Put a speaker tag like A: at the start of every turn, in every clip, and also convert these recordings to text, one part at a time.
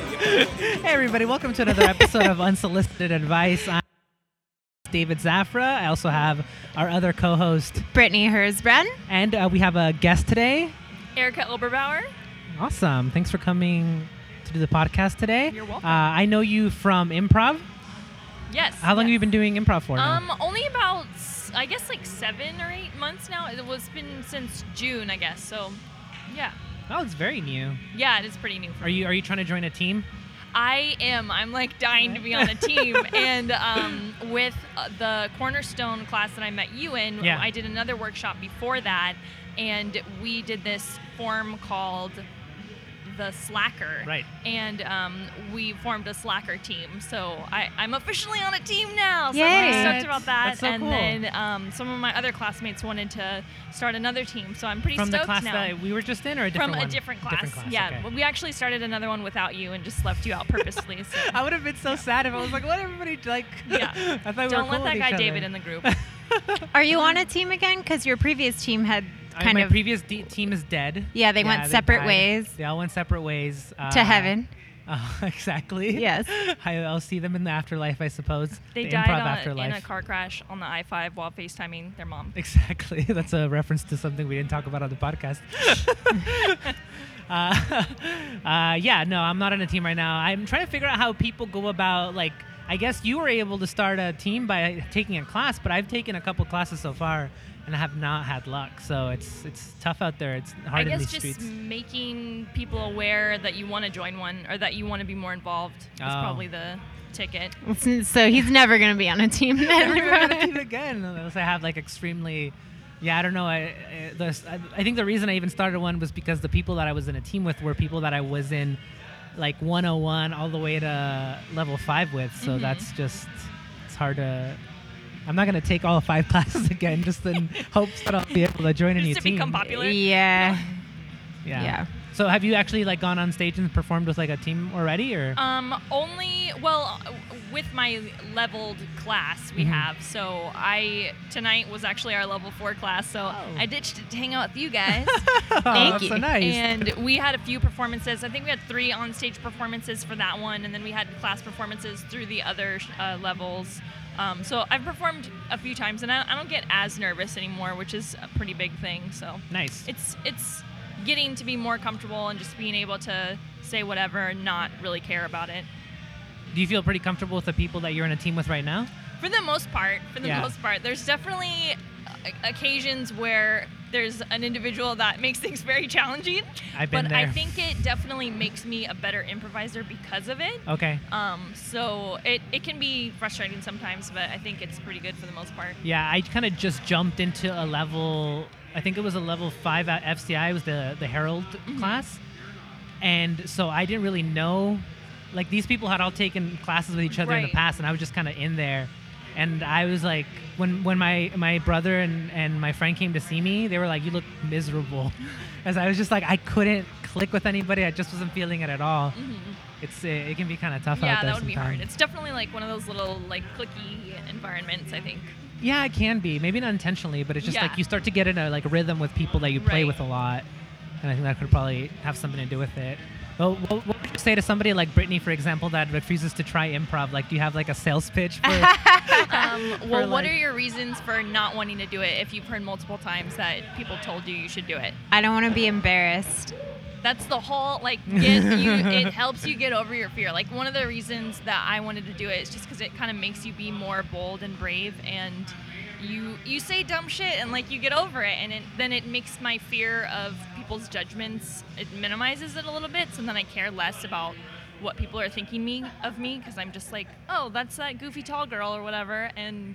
A: Hey, everybody, welcome to another episode of Unsolicited Advice. I'm David Zafra. I also have our other co host,
B: Brittany Herzbren.
A: and uh, we have a guest today.
C: Erica Oberbauer.
A: Awesome. Thanks for coming to do the podcast today.
C: You're welcome.
A: Uh, I know you from improv.
C: Yes.
A: How long have you been doing improv for? now?
C: Um, only about s- I guess like seven or eight months now. It was been since June, I guess. So, yeah,
A: Oh, it's very new.
C: yeah, it is pretty new. For
A: Are you are you trying to join a team?
C: I am. I'm like dying to be on a team, and um, with uh, the Cornerstone class that I met you in,
A: Yeah.
C: I did another workshop before that, and we did this form called the Slacker.
A: Right.
C: and um, we formed a slacker team. So I, I'm officially on a team now. So
B: Yay.
C: I'm really stoked about that.
A: That's so
C: and
A: cool.
C: then um, some of my other classmates wanted to start another team, so I'm pretty
A: From the
C: stoked
A: class
C: now.
A: that we were just in, or a different
C: From
A: one?
C: a different class. yeah,
A: okay.
C: we actually started another one without you and just left you out purposely. So
A: I would have been so sad if I was like, "What everybody like?"
C: Yeah.
A: I thought we
C: don't let
A: were cool
C: that
A: with
C: guy
A: each
C: David
A: other.
C: in the group.
B: Are you on a team again? Because your previous team had
A: I-
B: kind
A: my
B: of
A: previous de- team is dead.
B: Yeah, they went separate
A: died.
B: ways.
A: They all went separate ways uh,
B: to heaven.
A: Uh, exactly.
B: Yes.
A: I, I'll see them in the afterlife, I suppose.
C: They
A: the
C: died
A: improv
C: on a-
A: afterlife.
C: in a car crash on the I-5 while FaceTiming their mom.
A: Exactly. That's a reference to something we didn't talk about on the podcast. uh, uh, yeah, no, I'm not on a team right now. I'm trying to figure out how people go about like. I guess you were able to start a team by taking a class, but I've taken a couple classes so far and I have not had luck. So it's it's tough out there. It's hard
C: I
A: in
C: guess
A: these
C: just
A: streets.
C: making people aware that you want to join one or that you want to be more involved is
A: Oh.
C: probably the ticket.
B: So he's never going to be on a team.
A: never gonna do it
B: Then.
A: again unless I have like extremely. Yeah, I don't know. I, I, the, I, I think the reason I even started one was because the people that I was in a team with were people that I was in like 101 all the way to level five with. So
C: Mm-hmm.
A: that's just it's hard to. I'm not gonna take all five classes again just in hopes that I'll be able to join a new
C: Just to
A: team.
C: become popular.
B: yeah.
A: yeah.
B: yeah.
A: So have you actually like gone on stage and performed with like a team already, or
C: Um, only well, uh, with my leveled class we
A: Mhm.
C: have. So I tonight was actually our level four class. So
A: Oh.
C: I ditched it to hang out with you guys,
A: Oh,
B: thank
A: that's So
B: you.
A: nice.
C: and we had a few performances. I think we had three on stage performances for that one, and then we had class performances through the other uh, levels. Um, so I've performed a few times, and I, I don't get as nervous anymore, which is a pretty big thing. So
A: nice.
C: it's it's getting to be more comfortable and just being able to say whatever and not really care about it.
A: Do you feel pretty comfortable with the people that you're in a team with right now?
C: For the most part, for the
A: Yeah.
C: most part, there's definitely o- occasions where there's an individual that makes things very challenging.
A: I've been
C: but
A: there.
C: I think it definitely makes me a better improviser because of it.
A: Okay.
C: Um, so it, it can be frustrating sometimes, but I think it's pretty good for the most part.
A: Yeah, I kind of just jumped into a level. I think it was a level five at FCI. It was the the Herald
C: Mm.
A: class, and so I didn't really know. Like these people had all taken classes with each other in the
C: Right.
A: past, and I was just kind of in there. And I was like, when when my my brother and and my friend came to see me, they were like, "You look miserable," as I was just like, I couldn't click with anybody. I just wasn't feeling it at all. It's it, it can be kind of tough
C: Mm-hmm. Yeah,
A: out there
C: that would be
A: sometimes.
C: hard. It's definitely like one of those little like clicky environments, I think.
A: Yeah, it can be. Maybe not intentionally, but it's just
C: Yeah.
A: like you start to get in a like rhythm with people that you play
C: Right.
A: with a lot, and I think that could probably have something to do with it. Well, what, what would you say to somebody like Brittany, for example, that refuses to try improv? Like, do you have like a sales pitch? For,
C: Um, well, what
A: like-
C: are your reasons for not wanting to do it if you've heard multiple times that people told you you should do it?
B: I don't want to be embarrassed.
C: That's the whole like get you. It helps you get over your fear. Like one of the reasons that I wanted to do it is just because it kind of makes you be more bold and brave, and you you say dumb shit and like you get over it, and it, then it makes my fear of people's judgments. It minimizes it a little bit, so then I care less about what people are thinking me of me because I'm just like, oh, that's that goofy tall girl or whatever, and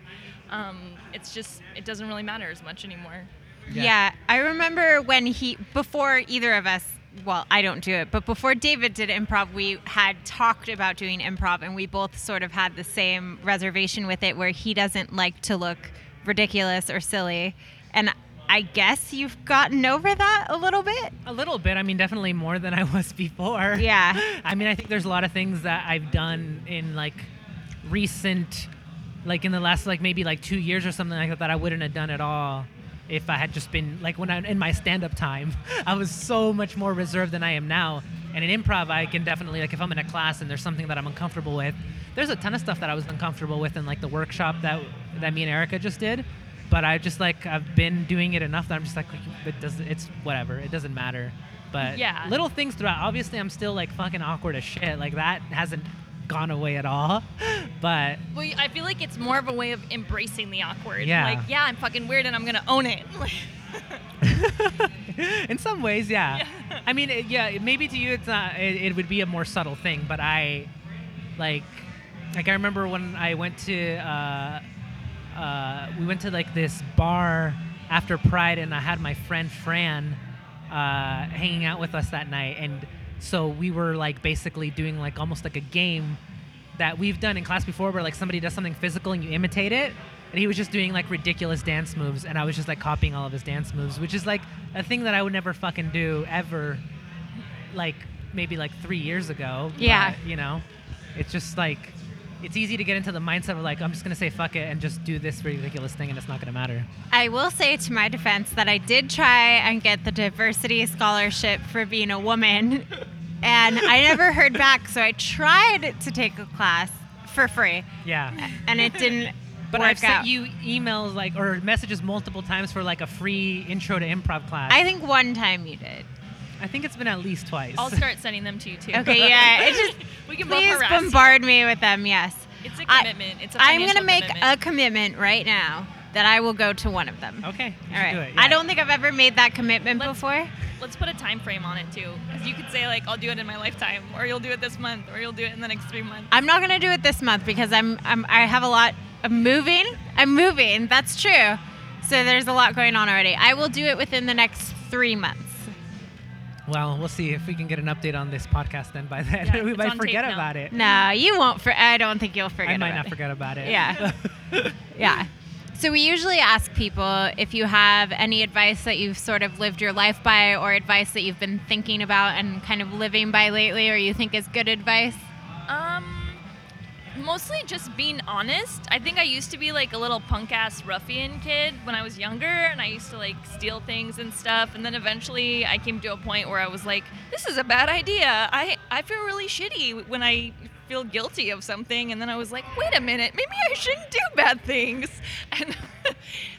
C: um, it's just it doesn't really matter as much anymore.
A: Yeah.
B: Yeah. I remember when he, before either of us, well, I don't do it, but before David did improv, we had talked about doing improv and we both sort of had the same reservation with it where he doesn't like to look ridiculous or silly. And I guess you've gotten over that a little bit.
A: a little bit. I mean, definitely more than I was before.
B: Yeah.
A: I mean, I think there's a lot of things that I've done in like recent, like in the last like maybe like two years or something like that that I wouldn't have done at all if I had just been like when I in my stand-up time, I was so much more reserved than I am now. And in improv, I can definitely like if I'm in a class and there's something that I'm uncomfortable with, there's a ton of stuff that I was uncomfortable with in like the workshop that that me and Erica just did. But I just like I've been doing it enough that I'm just like it does it's whatever. It doesn't matter. But
C: Yeah.
A: little things throughout. Obviously, I'm still like fucking awkward as shit. Like that hasn't gone away at all. But
C: Well, I feel like it's more of a way of embracing the awkward.
A: Yeah.
C: Like, yeah, I'm fucking weird and I'm going to own it.
A: in some ways, yeah. I mean, it, yeah, it- maybe to you it's not. It, it would be a more subtle thing, but I, like, like I remember when I went to, uh, uh, we went to like this bar after Pride, and I had my friend Fran uh, hanging out with us that night, and so we were like basically doing like almost like a game that we've done in class before where like somebody does something physical and you imitate it and he was just doing like ridiculous dance moves and i was just like copying all of his dance moves which is like a thing that i would never fucking do ever like maybe like three years ago
B: Yeah.
A: But, you know it's just like it's easy to get into the mindset of like i'm just gonna say fuck it and just do this ridiculous thing and it's not gonna matter
B: I will say to my defense that I did try and get the diversity scholarship for being a woman, and I never heard back. So I tried to take a class for free,
A: yeah
B: and it didn't
A: but
B: work
A: i've sent
B: out.
A: you emails like or messages multiple times for like a free intro to improv class
B: I think one time you did.
A: I think it's been at least twice
C: I'll start sending them to you too.
B: Okay, yeah. It just
C: we can
B: please
C: both harass you.
B: bombard me with them. Yes,
C: It's a
B: I-
C: commitment. it's a
B: I'm
C: financial
B: gonna make
C: commitment.
B: a commitment right now that I will go to one of them.
A: okay you
B: All
A: should
B: right.
A: do it,
B: I
A: yeah.
B: don't think I've ever made that commitment
C: Let's-
B: before.
C: Let's put a time frame on it too, because you could say like, "I'll do it in my lifetime," or "You'll do it this month," or "You'll do it in the next three months."
B: I'm not gonna do it this month because I'm, I'm I have a lot. I'm moving. I'm moving. That's true. So there's a lot going on already. I will do it within the next three months.
A: Well, we'll see if we can get an update on this podcast then by then.
C: Yeah,
A: we
C: it's on
A: might
C: tape
A: forget
C: now.
A: about it.
B: No, you won't. For I don't think you'll forget.
A: I might
B: about
A: not
B: it.
A: forget about it.
B: Yeah. Yeah. So we usually ask people if you have any advice that you've sort of lived your life by, or advice that you've been thinking about and kind of living by lately, or you think is good advice.
C: Um, mostly just being honest. I think I used to be like a little punk ass ruffian kid when I was younger, and I used to like steal things and stuff. And then eventually, I came to a point where I was like, "This is a bad idea." I I feel really shitty when I feel guilty of something, and then I was like, "Wait a minute, maybe I shouldn't do bad things." And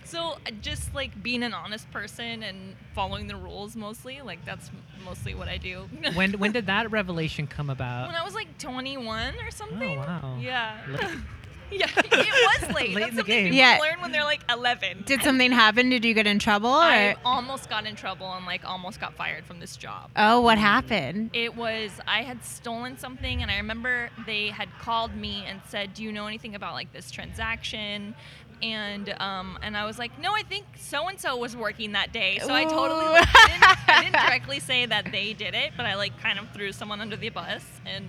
C: so, uh, just like being an honest person and following the rules mostly, like that's mostly what I do.
A: when when did that revelation come about?
C: when I was like 21 or something.
A: Oh, wow.
C: Yeah.
A: Late.
C: yeah, it was late. That's
A: Late in the
C: something
A: game.
C: people
B: Yeah.
C: learn when they're like 11.
B: Did something happen? Did you get in trouble? Or?
C: I almost got in trouble and like almost got fired from this job.
B: oh, what happened?
C: It was I had stolen something, and I remember they had called me and said, "Do you know anything about like this transaction?" And um, and I was like, "No, I think so and so was working that day." So I totally
B: Ooh.
C: like, I, didn't, I didn't directly say that they did it, but I like kind of threw someone under the bus, and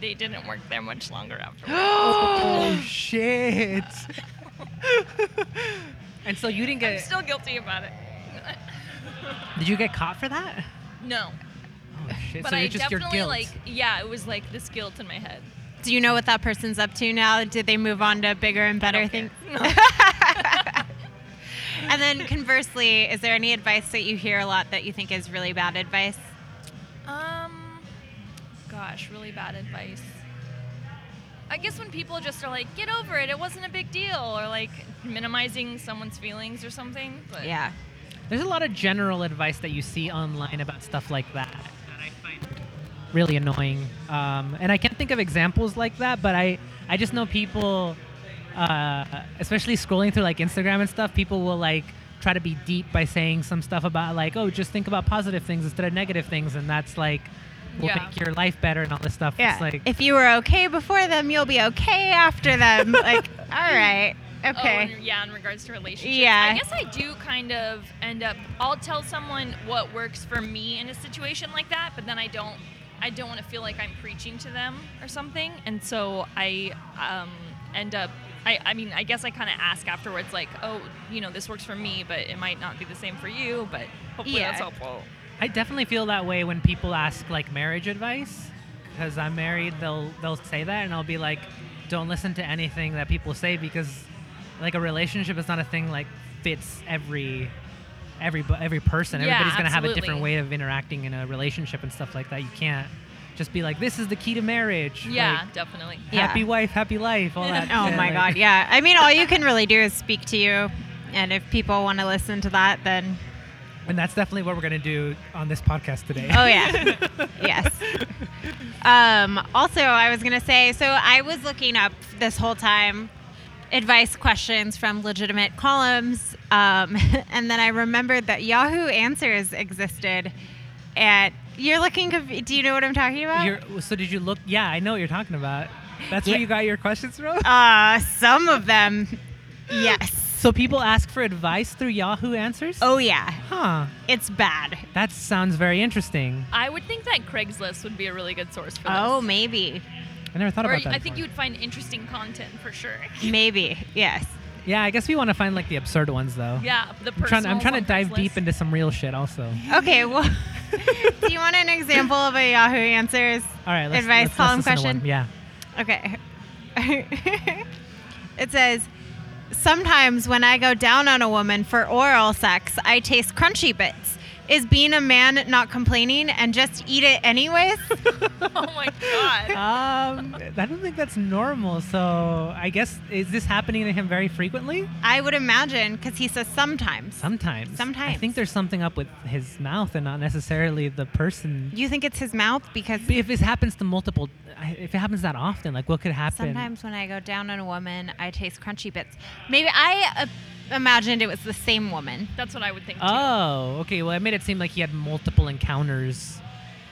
C: they didn't work there much longer afterwards.
A: oh shit. and so you didn't
C: I'm
A: get
C: still guilty about it.
A: Did you get caught for that?
C: No,
A: Oh shit.
C: but
A: so
C: I
A: you're just your
C: definitely
A: guilt.
C: like yeah, it was like this guilt in my head.
B: Do you know what that person's up to now? Did they move on to bigger and better
C: don't
B: things? and then conversely, is there any advice that you hear a lot that you think is really bad advice?
C: Um, gosh, really bad advice. I guess when people just are like, "Get over it. It wasn't a big deal," or like minimizing someone's feelings or something. But
B: Yeah.
A: There's a lot of general advice that you see online about stuff like that that I find really annoying. Um, and I can't think of examples like that, but I, I just know people, uh, especially scrolling through like Instagram and stuff, people will like try to be deep by saying some stuff about like, oh, just think about positive things instead of negative things. And that's like, will
C: Yeah.
A: make your life better and all this stuff.
B: Yeah.
A: It's like,
B: if you were okay before them, you'll be okay after them. like, all right.
C: Oh,
B: Okay.
C: and, yeah, in regards to relationships.
B: Yeah.
C: I guess I do kind of end up. I'll tell someone what works for me in a situation like that, but then I don't. I don't want to feel like I'm preaching to them or something, and so I um, end up. I, I mean, I guess I kind of ask afterwards, like, oh, you know, this works for me, but it might not be the same for you. But hopefully
B: Yeah.
C: that's helpful.
A: I definitely feel that way when people ask like marriage advice because I'm married. They'll they'll say that, and I'll be like, "Don't listen to anything that people say because like a relationship is not a thing like fits every every every person.
C: Yeah,
A: Everybody's gonna have a different
C: absolutely.
A: way of interacting in a relationship and stuff like that. You can't just be like, "This is the key to marriage."
C: Yeah,
A: Like,
C: definitely.
B: Yeah.
A: Happy wife, happy life. All that.
B: Oh
A: shit,
B: my
A: like-
B: god, yeah. I mean, all you can really do is speak to you, and if people want to listen to that, then
A: And that's definitely what we're gonna do on this podcast today.
B: oh yeah, yes. Um, also, I was gonna say, so I was looking up this whole time advice questions from legitimate columns, um, and then I remembered that Yahoo Answers existed. At you're looking, conf- do you know what I'm talking about?
A: You're, so did you look? Yeah, I know what you're talking about. That's
B: Yeah.
A: where you got your questions from.
B: uh, some of them, yes.
A: so people ask for advice through Yahoo Answers.
B: Oh yeah,
A: Huh.
B: it's bad.
A: That sounds very interesting.
C: I would think that Craigslist would be a really good source for this.
B: Oh, maybe.
A: I never thought
C: Or
A: about that.
C: I think you
A: before.
C: would find interesting content for sure.
B: Maybe, yes.
A: Yeah, I guess we want to find like the absurd ones though.
C: Yeah, the
A: I'm trying,
C: personal.
A: I'm trying to
C: one
A: dive
C: Craigslist.
A: deep into some real shit also.
B: Okay, well, do you want an example of a Yahoo Answers?
A: All right, let's,
B: Advice
A: let's,
B: column
A: let's listen to
B: question?
A: one. Yeah.
B: Okay. it says, Sometimes when I go down on a woman for oral sex, I taste crunchy bits. Is being a man not complaining and just eat it anyways?
C: Oh my god.
A: Um, I don't think that's normal. So I guess is this happening to him very frequently?
B: I would imagine, because he says sometimes.
A: Sometimes. I
B: Sometimes.
A: think there's something up with his mouth and not necessarily the person.
B: you think it's his mouth? Because
A: But if this happens to multiple, if it happens that often, like what could happen?
B: sometimes when I go down on a woman, I taste crunchy bits. Maybe I uh, imagined it was the same woman.
C: That's what I would think too.
A: Oh, okay. Well, it made it seem like he had multiple encounters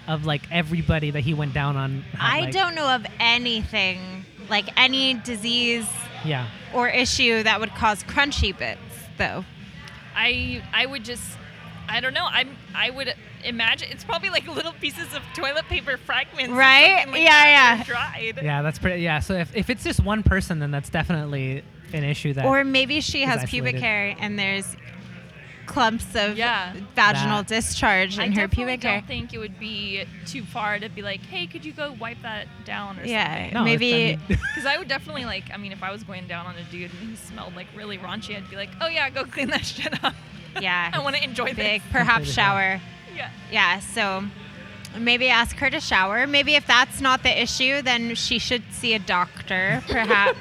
A: of like everybody that he went down on. had,
B: I
A: like-
B: don't know of anything like any disease
A: Yeah.
B: or issue that would cause crunchy bits, though.
C: I I would just I don't know. I'm I would imagine it's probably like little pieces of toilet paper fragments. or
B: Right?
C: something like
B: Yeah,
C: that,
B: yeah.
C: they're Dried.
A: Yeah, that's pretty. Yeah, so if, if it's just one person, then that's definitely an issue that.
B: Or maybe she
A: Is
B: has
A: isolated.
B: pubic hair and there's clumps of
C: Yeah.
B: vaginal
A: That.
B: discharge
C: I
B: in her
C: definitely
B: pubic hair.
C: don't think it would be too far to be like, hey, could you go wipe that down or
B: Yeah,
A: No, it's-
B: maybe.
A: I mean,
C: Because I would definitely like, I mean, if I was going down on a dude and he smelled like really raunchy, I'd be like, oh yeah, go clean that shit up.
B: yeah.
C: I want to enjoy this.
B: big, perhaps
A: Completely.
B: shower.
C: Yeah.
B: Yeah, so maybe ask her to shower. Maybe if that's not the issue, then she should see a doctor, perhaps.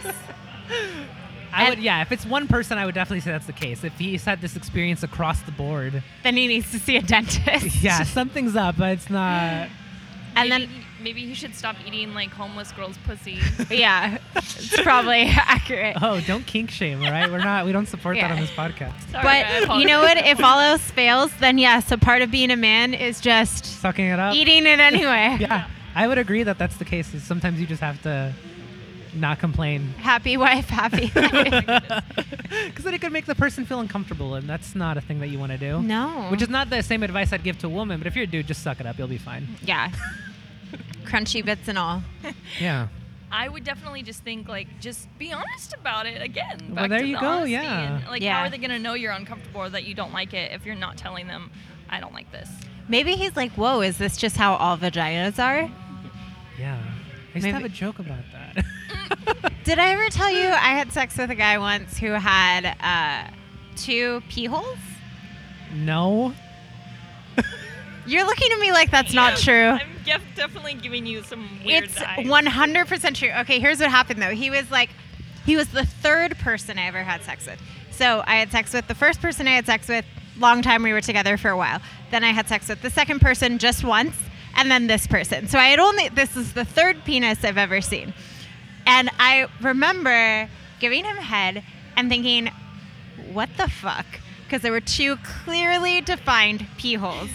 A: I would.
B: and-
A: Yeah, if it's one person, I would definitely say that's the case. If he's had this experience across the board,
B: then he needs to see a dentist.
A: yeah, something's up, but it's not.
B: And
C: maybe
B: then
C: he, maybe he should stop eating like homeless girls' pussy.
B: Yeah, it's probably accurate.
A: Oh, don't kink shame, all right? We're not. We don't support that
B: Yeah.
A: on this podcast.
C: Sorry, I
B: But you
C: apologize.
B: know what? If all else fails, then yes, a part of being a man is just
A: Sucking it up.
B: eating it anyway.
A: Yeah, I would agree that that's the case. Is sometimes you just have to not complain.
B: Happy wife, happy life.
A: Because then it could make the person feel uncomfortable, and that's not a thing that you want to do.
B: no.
A: Which is not the same advice I'd give to a woman, but if you're a dude, just suck it up. You'll be fine.
B: yeah, crunchy bits and all.
A: Yeah.
C: I would definitely just think like, just be honest about it again.
A: Well,
C: back
A: there
C: to
A: you
C: the
A: go,
C: honesty
A: yeah.
C: and, like,
B: Yeah.
C: how are they gonna know you're uncomfortable or that you don't like it if you're not telling them, I don't like this.
B: Maybe he's like, "Whoa, is this just how all vaginas are?"
A: Yeah. I used
B: Maybe-
A: to have a joke about that.
B: Did I ever tell you I had sex with a guy once who had uh, two pee holes?
A: no.
B: You're looking at me like that's not true.
C: I'm def- definitely giving you some weird.
B: It's
C: eyes.
B: one hundred percent true. Okay, here's what happened though. He was like, he was the third person I ever had sex with. So I had sex with the first person I had sex with. Long time we were together for a while. Then I had sex with the second person just once, and then this person. So I had only this is the third penis I've ever seen, and I remember giving him head and thinking, what the fuck? Because there were two clearly defined pee holes.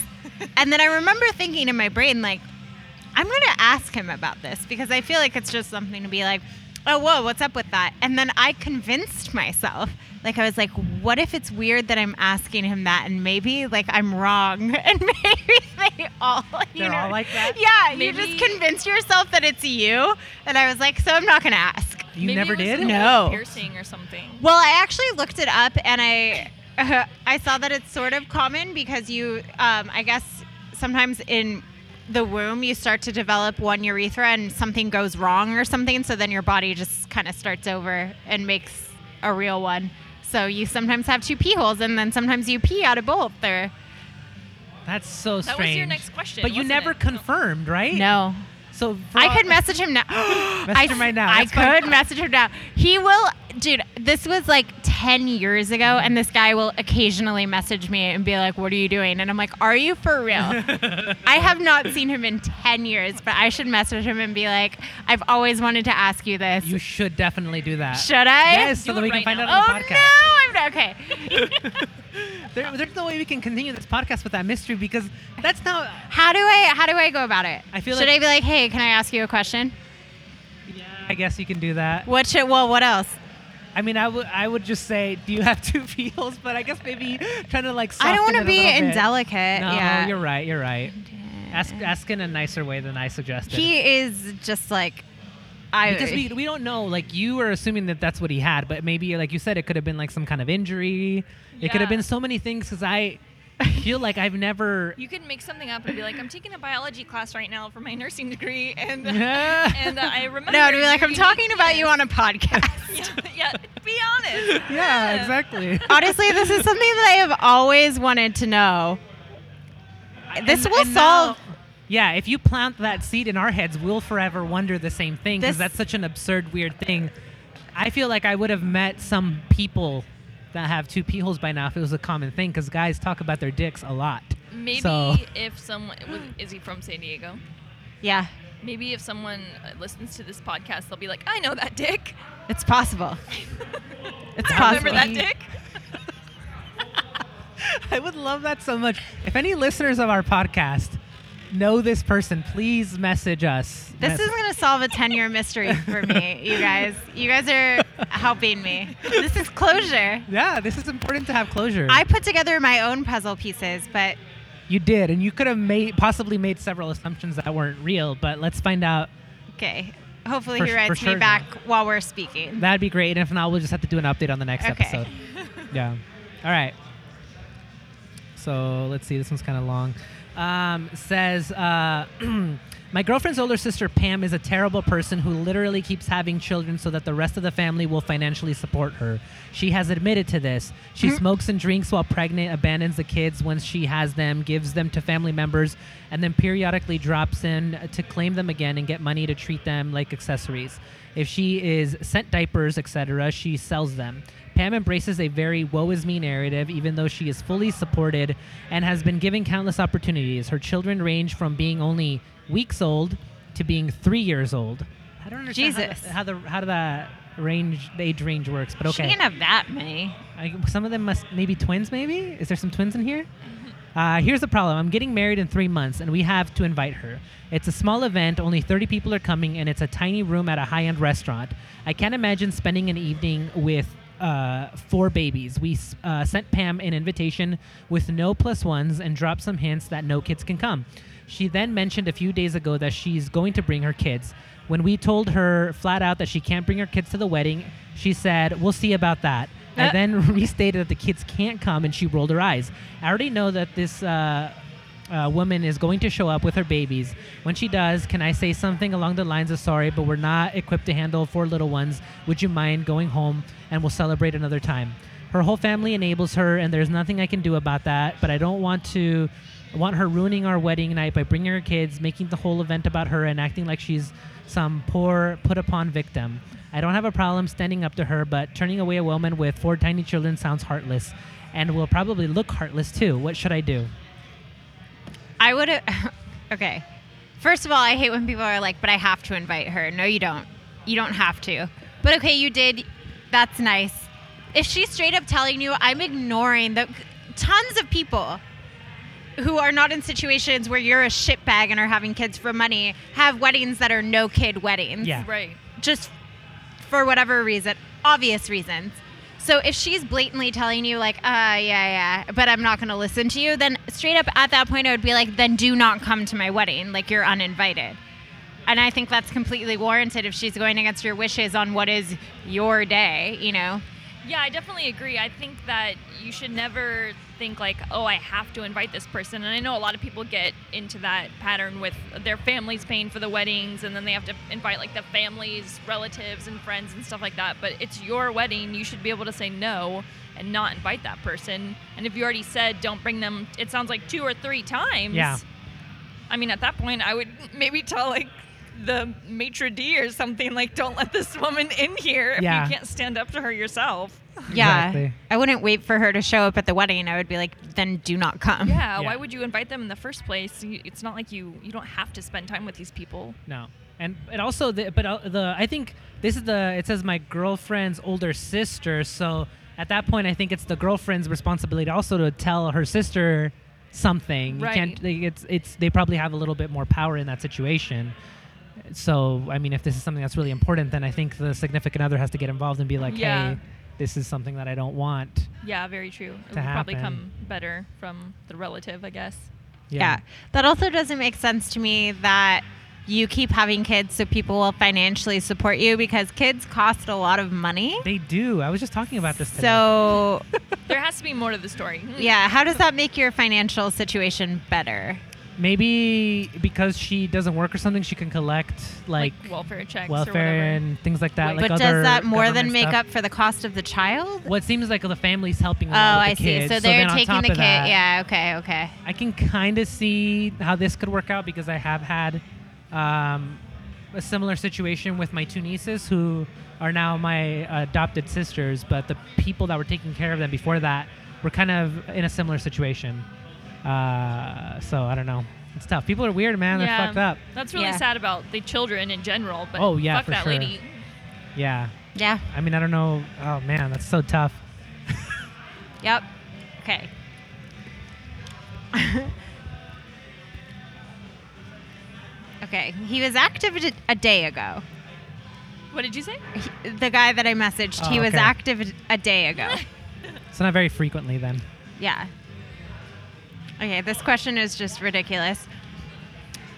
B: and then I remember thinking in my brain, like, I'm going to ask him about this because I feel like it's just something to be like, oh, whoa, what's up with that? And then I convinced myself, like, I was like, what if it's weird that I'm asking him that? And maybe, like, I'm wrong. And maybe they all, you
A: They're
B: know.
A: all like that?
B: Yeah, you
C: Maybe-
B: just convince yourself that it's you. And I was like, so I'm not going to ask.
A: You
C: Maybe
A: never
C: it was
A: did?
C: an
B: No.
C: old Piercing or something.
B: Well, I actually looked it up and I I saw that it's sort of common because you um, I guess sometimes in the womb you start to develop one urethra and something goes wrong or something so then your body just kind of starts over and makes a real one. So you sometimes have two pee holes, and then sometimes you pee out of both. Or
A: That's so
C: That
A: strange.
C: was your next question,
A: But you
C: wasn't
A: never
C: it?
A: confirmed, right?
B: no,
A: So for
B: I
A: all-
B: could message him now. I,
A: Message him right now.
B: I
A: That's fine.
B: could message him now. He will, dude. This was like ten years ago, and this guy will occasionally message me and be like, "What are you doing?" And I'm like, "Are you for real?" I have not seen him in ten years, but I should message him and be like, "I've always wanted to ask you this.
A: You should definitely do that.
B: Should I?"
A: Yes, so
C: Do
A: that
C: it
A: we can
C: right
A: find
C: now.
A: out on
B: Oh
A: the
B: no!
A: podcast.
B: I'm not, okay.
A: There, there's no way we can continue this podcast with that mystery because that's not.
B: How do I? How do I go about it?
A: I feel
B: should
A: like-
B: I be like, "Hey, can I ask you a question?"
A: I guess you can do that.
B: What should? Well, what else?
A: I mean, I would I would just say, do you have two peels? But I guess maybe trying to like.
B: I don't
A: want to
B: be
A: No,
B: indelicate. yeah.
A: you're right. You're right. Ask ask in a nicer way than I suggested.
B: He is just like I
A: because we, we don't know like you were assuming that that's what he had but maybe like you said it could have been like some kind of injury it could have
C: Yeah.
A: been so many things because i feel like i've never
C: You can make something up and be like, I'm taking a biology class right now for my nursing degree, and
A: Yeah.
C: and uh, I remember.
B: No, to be like
C: your
B: I'm talking
C: unique-
B: about you on a podcast.
C: Yeah, yeah, be honest.
A: yeah exactly
B: Honestly, this is something that I have always wanted to know. This
A: And-
B: will
A: and
B: solve
A: now- yeah if you plant that seed in our heads we'll forever wonder the same thing because
B: This-
A: that's such an absurd weird thing i feel like i would have met some people that have two pee holes by now if it was a common thing because guys talk about their dicks a lot
C: Maybe
A: So-
C: if someone was, is he from San Diego?
B: Yeah,
C: Maybe if someone uh, listens to this podcast, they'll be like, I know that dick.
B: it's possible. It's
C: I remember
B: possible.
C: that dick.
A: I would love that so much. If any listeners of our podcast know this person, please message us.
B: This is going to solve a 10-year mystery for me, you guys. You guys are helping me. This is closure.
A: yeah, this is important to have closure.
B: I put together my own puzzle pieces, but
A: you did, and you could have made possibly made several assumptions that weren't real, but let's find out.
B: okay. Hopefully
A: For
B: he
A: su-
B: writes
A: for
B: me
A: sure,
B: back while we're speaking.
A: That'd be great, and if not, we'll just have to do an update on the next
B: Okay.
A: episode. Yeah. All right. So let's see. This one's kind of long. Um, says, uh, my girlfriend's older sister Pam is a terrible person who literally keeps having children so that the rest of the family will financially support her. She has admitted to this. She smokes and drinks while pregnant, abandons the kids once she has them, gives them to family members, and then periodically drops in to claim them again and get money to treat them like accessories. If she is sent diapers, etc., she sells them. Pam embraces a very woe is me narrative, even though she is fully supported and has been given countless opportunities. Her children range from being only weeks old to being three years old. I don't understand
B: Jesus.
A: How, the, how the how the range the age range works, but
B: She
A: okay.
B: can't have that many.
A: I, some of them must maybe twins. Maybe is there some twins in here? Uh, here's the problem. I'm getting married in three months, and we have to invite her. It's a small event. Only 30 people are coming, and it's a tiny room at a high-end restaurant. I can't imagine spending an evening with uh, four babies. We s- uh, sent Pam an invitation with no plus ones and dropped some hints that no kids can come. She then mentioned a few days ago that she's going to bring her kids. When we told her flat out that she can't bring her kids to the wedding, she said, "We'll see about that."
B: Uh.
A: And then restated that the kids can't come, and she rolled her eyes. I already know that this uh, uh, woman is going to show up with her babies. When she does, can I say something along the lines of sorry, but we're not equipped to handle four little ones? Would you mind going home and we'll celebrate another time? Her whole family enables her, and there's nothing I can do about that, but I don't want to. I want her ruining our wedding night by bringing her kids, making the whole event about her, and acting like she's some poor, put upon victim. I don't have a problem standing up to her, but turning away a woman with four tiny children sounds heartless and will probably look heartless too. What should I do?
B: I would have. Okay. First of all, I hate when people are like, but I have to invite her. No, you don't. You don't have to. But okay, you did. That's nice. If she's straight up telling you, I'm ignoring the tons of people who are not in situations where you're a shitbag and are having kids for money have weddings that are no kid weddings
A: Yeah.
C: Right.
B: just for whatever reason, obvious reasons. So if she's blatantly telling you like, uh, yeah, yeah, but I'm not going to listen to you, then straight up at that point I would be like, then do not come to my wedding. Like you're uninvited. And I think that's completely warranted if she's going against your wishes on what is your day, you know.
C: Yeah, I definitely agree. I think that you should never think like, oh, I have to invite this person. And I know a lot of people get into that pattern with their families paying for the weddings and then they have to invite like the families, relatives and friends and stuff like that. But it's your wedding. You should be able to say no and not invite that person. And if you already said don't bring them, it sounds like two or three times.
A: Yeah.
C: I mean, at that point, I would maybe tell like the maitre d or something like, don't let this woman in here if
A: Yeah.
C: you can't stand up to her yourself.
B: Yeah.
A: Exactly.
B: I wouldn't wait for her to show up at the wedding. I would be like, then do not come.
C: Yeah,
A: Yeah.
C: why would you invite them in the first place? You- It's not like you you don't have to spend time with these people.
A: No, and it also, the, but uh, the I think this is the it says my girlfriend's older sister. So at that point, I think it's the girlfriend's responsibility also to tell her sister something.
C: Right.
A: You can't. They, it's it's they probably have a little bit more power in that situation. So I mean, if this is something that's really important, then I think the significant other has to get involved and be like,
C: Yeah.
A: hey, this is something that I don't want.
C: Yeah, very true. It would
A: To
C: probably
A: happen.
C: come better from the relative, I guess.
B: Yeah. That also doesn't make sense to me that you keep having kids so people will financially support you because kids cost a lot of money.
A: They do. I was just talking about this today.
B: So,
C: There has to be more to the story. Hmm.
B: yeah, how does that make your financial situation better?
A: maybe because she doesn't work or something, she can collect like,
C: Like, welfare checks or
A: welfare
C: whatever.
A: and things like that.
C: Wait,
A: like
B: but
A: other
B: does that more than
A: government
B: make
A: stuff.
B: up for the cost of the child?
A: What seems like the family's helping.
B: Oh,
A: them out
B: I
A: with the
B: see.
A: kids.
B: so they're
A: then on
B: taking
A: top
B: the
A: of
B: kid.
A: that,
B: Yeah, okay, okay.
A: I can kind of see how this could work out because I have had um, a similar situation with my two nieces who are now my adopted sisters, but the people that were taking care of them before that were kind of in a similar situation. Uh, so I don't know. It's tough. People are weird, man. They're fucked up.
C: That's really
B: Yeah.
C: sad about the children in general. But
A: Oh, yeah,
C: fuck
A: for
C: that
A: sure.
C: lady.
A: Yeah.
B: Yeah.
A: I mean, I don't know. Oh man, that's so tough.
B: Yep. Okay. okay. He was active a- a day ago.
C: What did you say?
B: He- the guy that I messaged, he
A: Oh,
B: was
A: okay.
B: active a day ago.
A: It's not very frequently then.
B: yeah. Okay, this question is just ridiculous.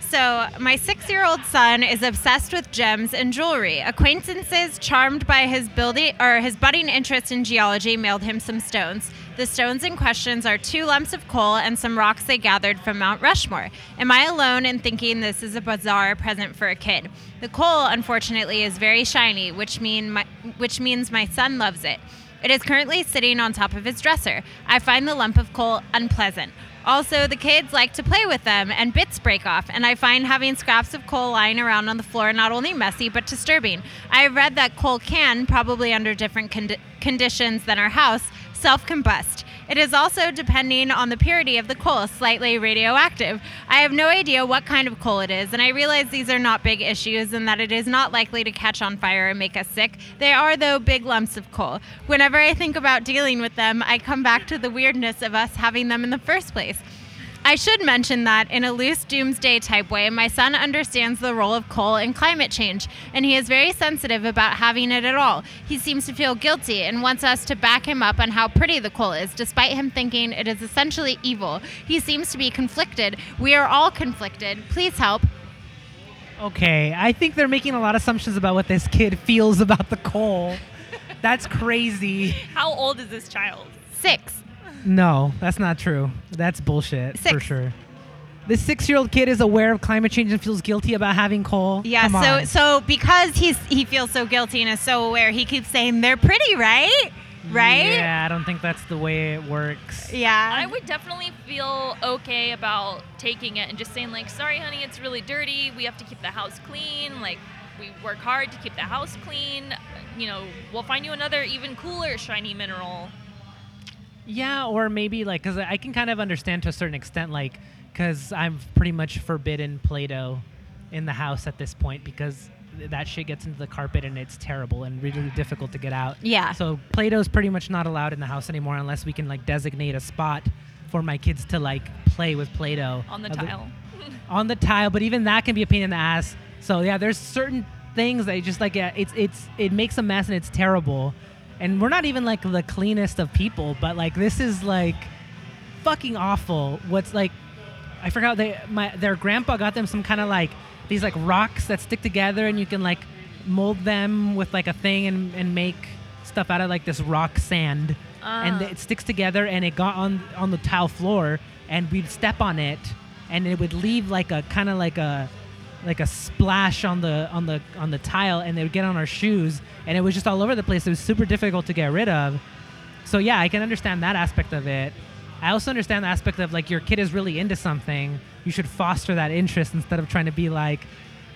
B: So, my six year old son is obsessed with gems and jewelry. Acquaintances charmed by his building or his budding interest in geology mailed him some stones. The stones in question are two lumps of coal and some rocks they gathered from Mount Rushmore. Am I alone in thinking this is a bizarre present for a kid? The coal, unfortunately, is very shiny, which mean my, which means my son loves it. It is currently sitting on top of his dresser. I find the lump of coal unpleasant. Also, the kids like to play with them and bits break off, and I find having scraps of coal lying around on the floor not only messy but disturbing. I have read that coal can, probably under different condi- conditions than our house, self combust. It is also, depending on the purity of the coal, slightly radioactive. I have no idea what kind of coal it is, and I realize these are not big issues and that it is not likely to catch on fire and make us sick. They are, though, big lumps of coal. Whenever I think about dealing with them, I come back to the weirdness of us having them in the first place. I should mention that, in a loose doomsday type way, my son understands the role of coal in climate change, and he is very sensitive about having it at all. He seems to feel guilty and wants us to back him up on how pretty the coal is, despite him thinking it is essentially evil. He seems to be conflicted. We are all conflicted. Please help.
A: Okay, I think they're making a lot of assumptions about what this kid feels about the coal. That's crazy.
C: How old is this child?
B: Six.
A: No, that's not true. That's bullshit for
B: Six.
A: sure. This six-year-old kid is aware of climate change and feels guilty about having coal.
B: Yeah,
A: Come on.
B: so so because he's he feels so guilty and is so aware, he keeps saying they're pretty, right? Right?
A: Yeah, I don't think that's the way it works.
B: Yeah.
C: I would definitely feel okay about taking it and just saying like, "Sorry, honey, it's really dirty. We have to keep the house clean. Like, we work hard to keep the house clean. You know, we'll find you another even cooler shiny mineral."
A: Yeah, or maybe like because I can kind of understand to a certain extent, like because I'm pretty much forbidden Play-Doh in the house at this point because th- that shit gets into the carpet and it's terrible and really difficult to get out.
B: Yeah.
A: So Play-Doh's pretty much not allowed in the house anymore unless we can like designate a spot for my kids to like play with Play-Doh
C: On the
A: Other-
C: tile.
A: on the tile, but even that can be a pain in the ass. So yeah, there's certain things that you just like yeah, it's it's it makes a mess and it's terrible. And we're not even like the cleanest of people, but like this is like fucking awful. What's like I forgot they my their grandpa got them some kind of like these like rocks that stick together and you can like mold them with like a thing and, and make stuff out of like this rock sand, and
C: Ah.
A: it sticks together, and it got on on the tile floor, and we'd step on it, and it would leave like a kind of like a like a splash on the on the on the tile, and they would get on our shoes, and it was just all over the place. It was super difficult to get rid of. So yeah, I can understand that aspect of it. I also understand the aspect of like your kid is really into something. You should foster that interest instead of trying to be like,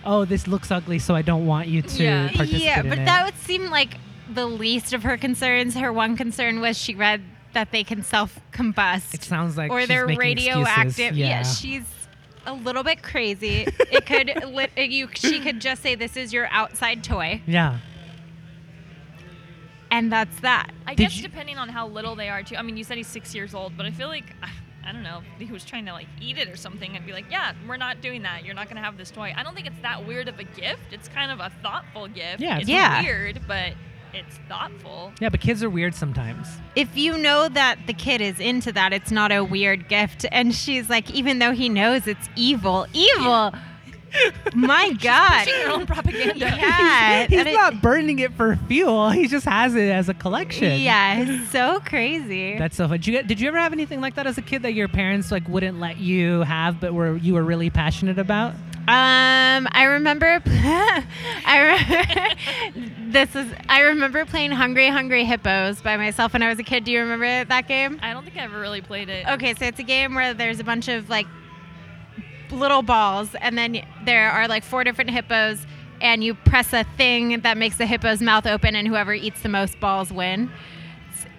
A: "Oh, this looks ugly, so I don't want you to
C: Yeah.
A: participate
B: yeah,
A: in
B: but
A: it."
B: that would seem like the least of her concerns. Her one concern was she read that they can self combust.
A: it sounds like
B: or
A: she's
B: they're
A: making excuses.
B: radioactive.
A: Yeah.
B: she's a little bit crazy. it could lit- you she could just say this is your outside toy
A: yeah.
B: and that's that.
C: I
A: Did
C: guess
A: you-
C: depending on how little they are too. I mean, you said he's six years old, but I feel like I don't know. If he was trying to like eat it or something, I'd be like, yeah, we're not doing that. You're not gonna have this toy. I don't think it's that weird of a gift. It's kind of a thoughtful gift.
A: Yeah,
C: it's
B: Yeah.
C: weird, but it's thoughtful.
A: Yeah, but kids are weird sometimes.
B: If you know that the kid is into that, it's not a weird gift and she's like even though he knows it's evil, evil. My god.
C: Pushing your own propaganda.
B: Yeah.
A: He's
B: and it-
A: not burning it for fuel. He just has it as a collection.
B: yeah, it's so crazy.
A: That's so fun. Did you, get- did you ever have anything like that as a kid that your parents like wouldn't let you have, but were you were really passionate about?
B: Um, I remember. I re- this is. I remember playing Hungry Hungry Hippos by myself when I was a kid. Do you remember that game?
C: I don't think I ever really played it.
B: Okay, so it's a game where there's a bunch of like little balls, and then there are like four different hippos, and you press a thing that makes the hippo's mouth open, and whoever eats the most balls win.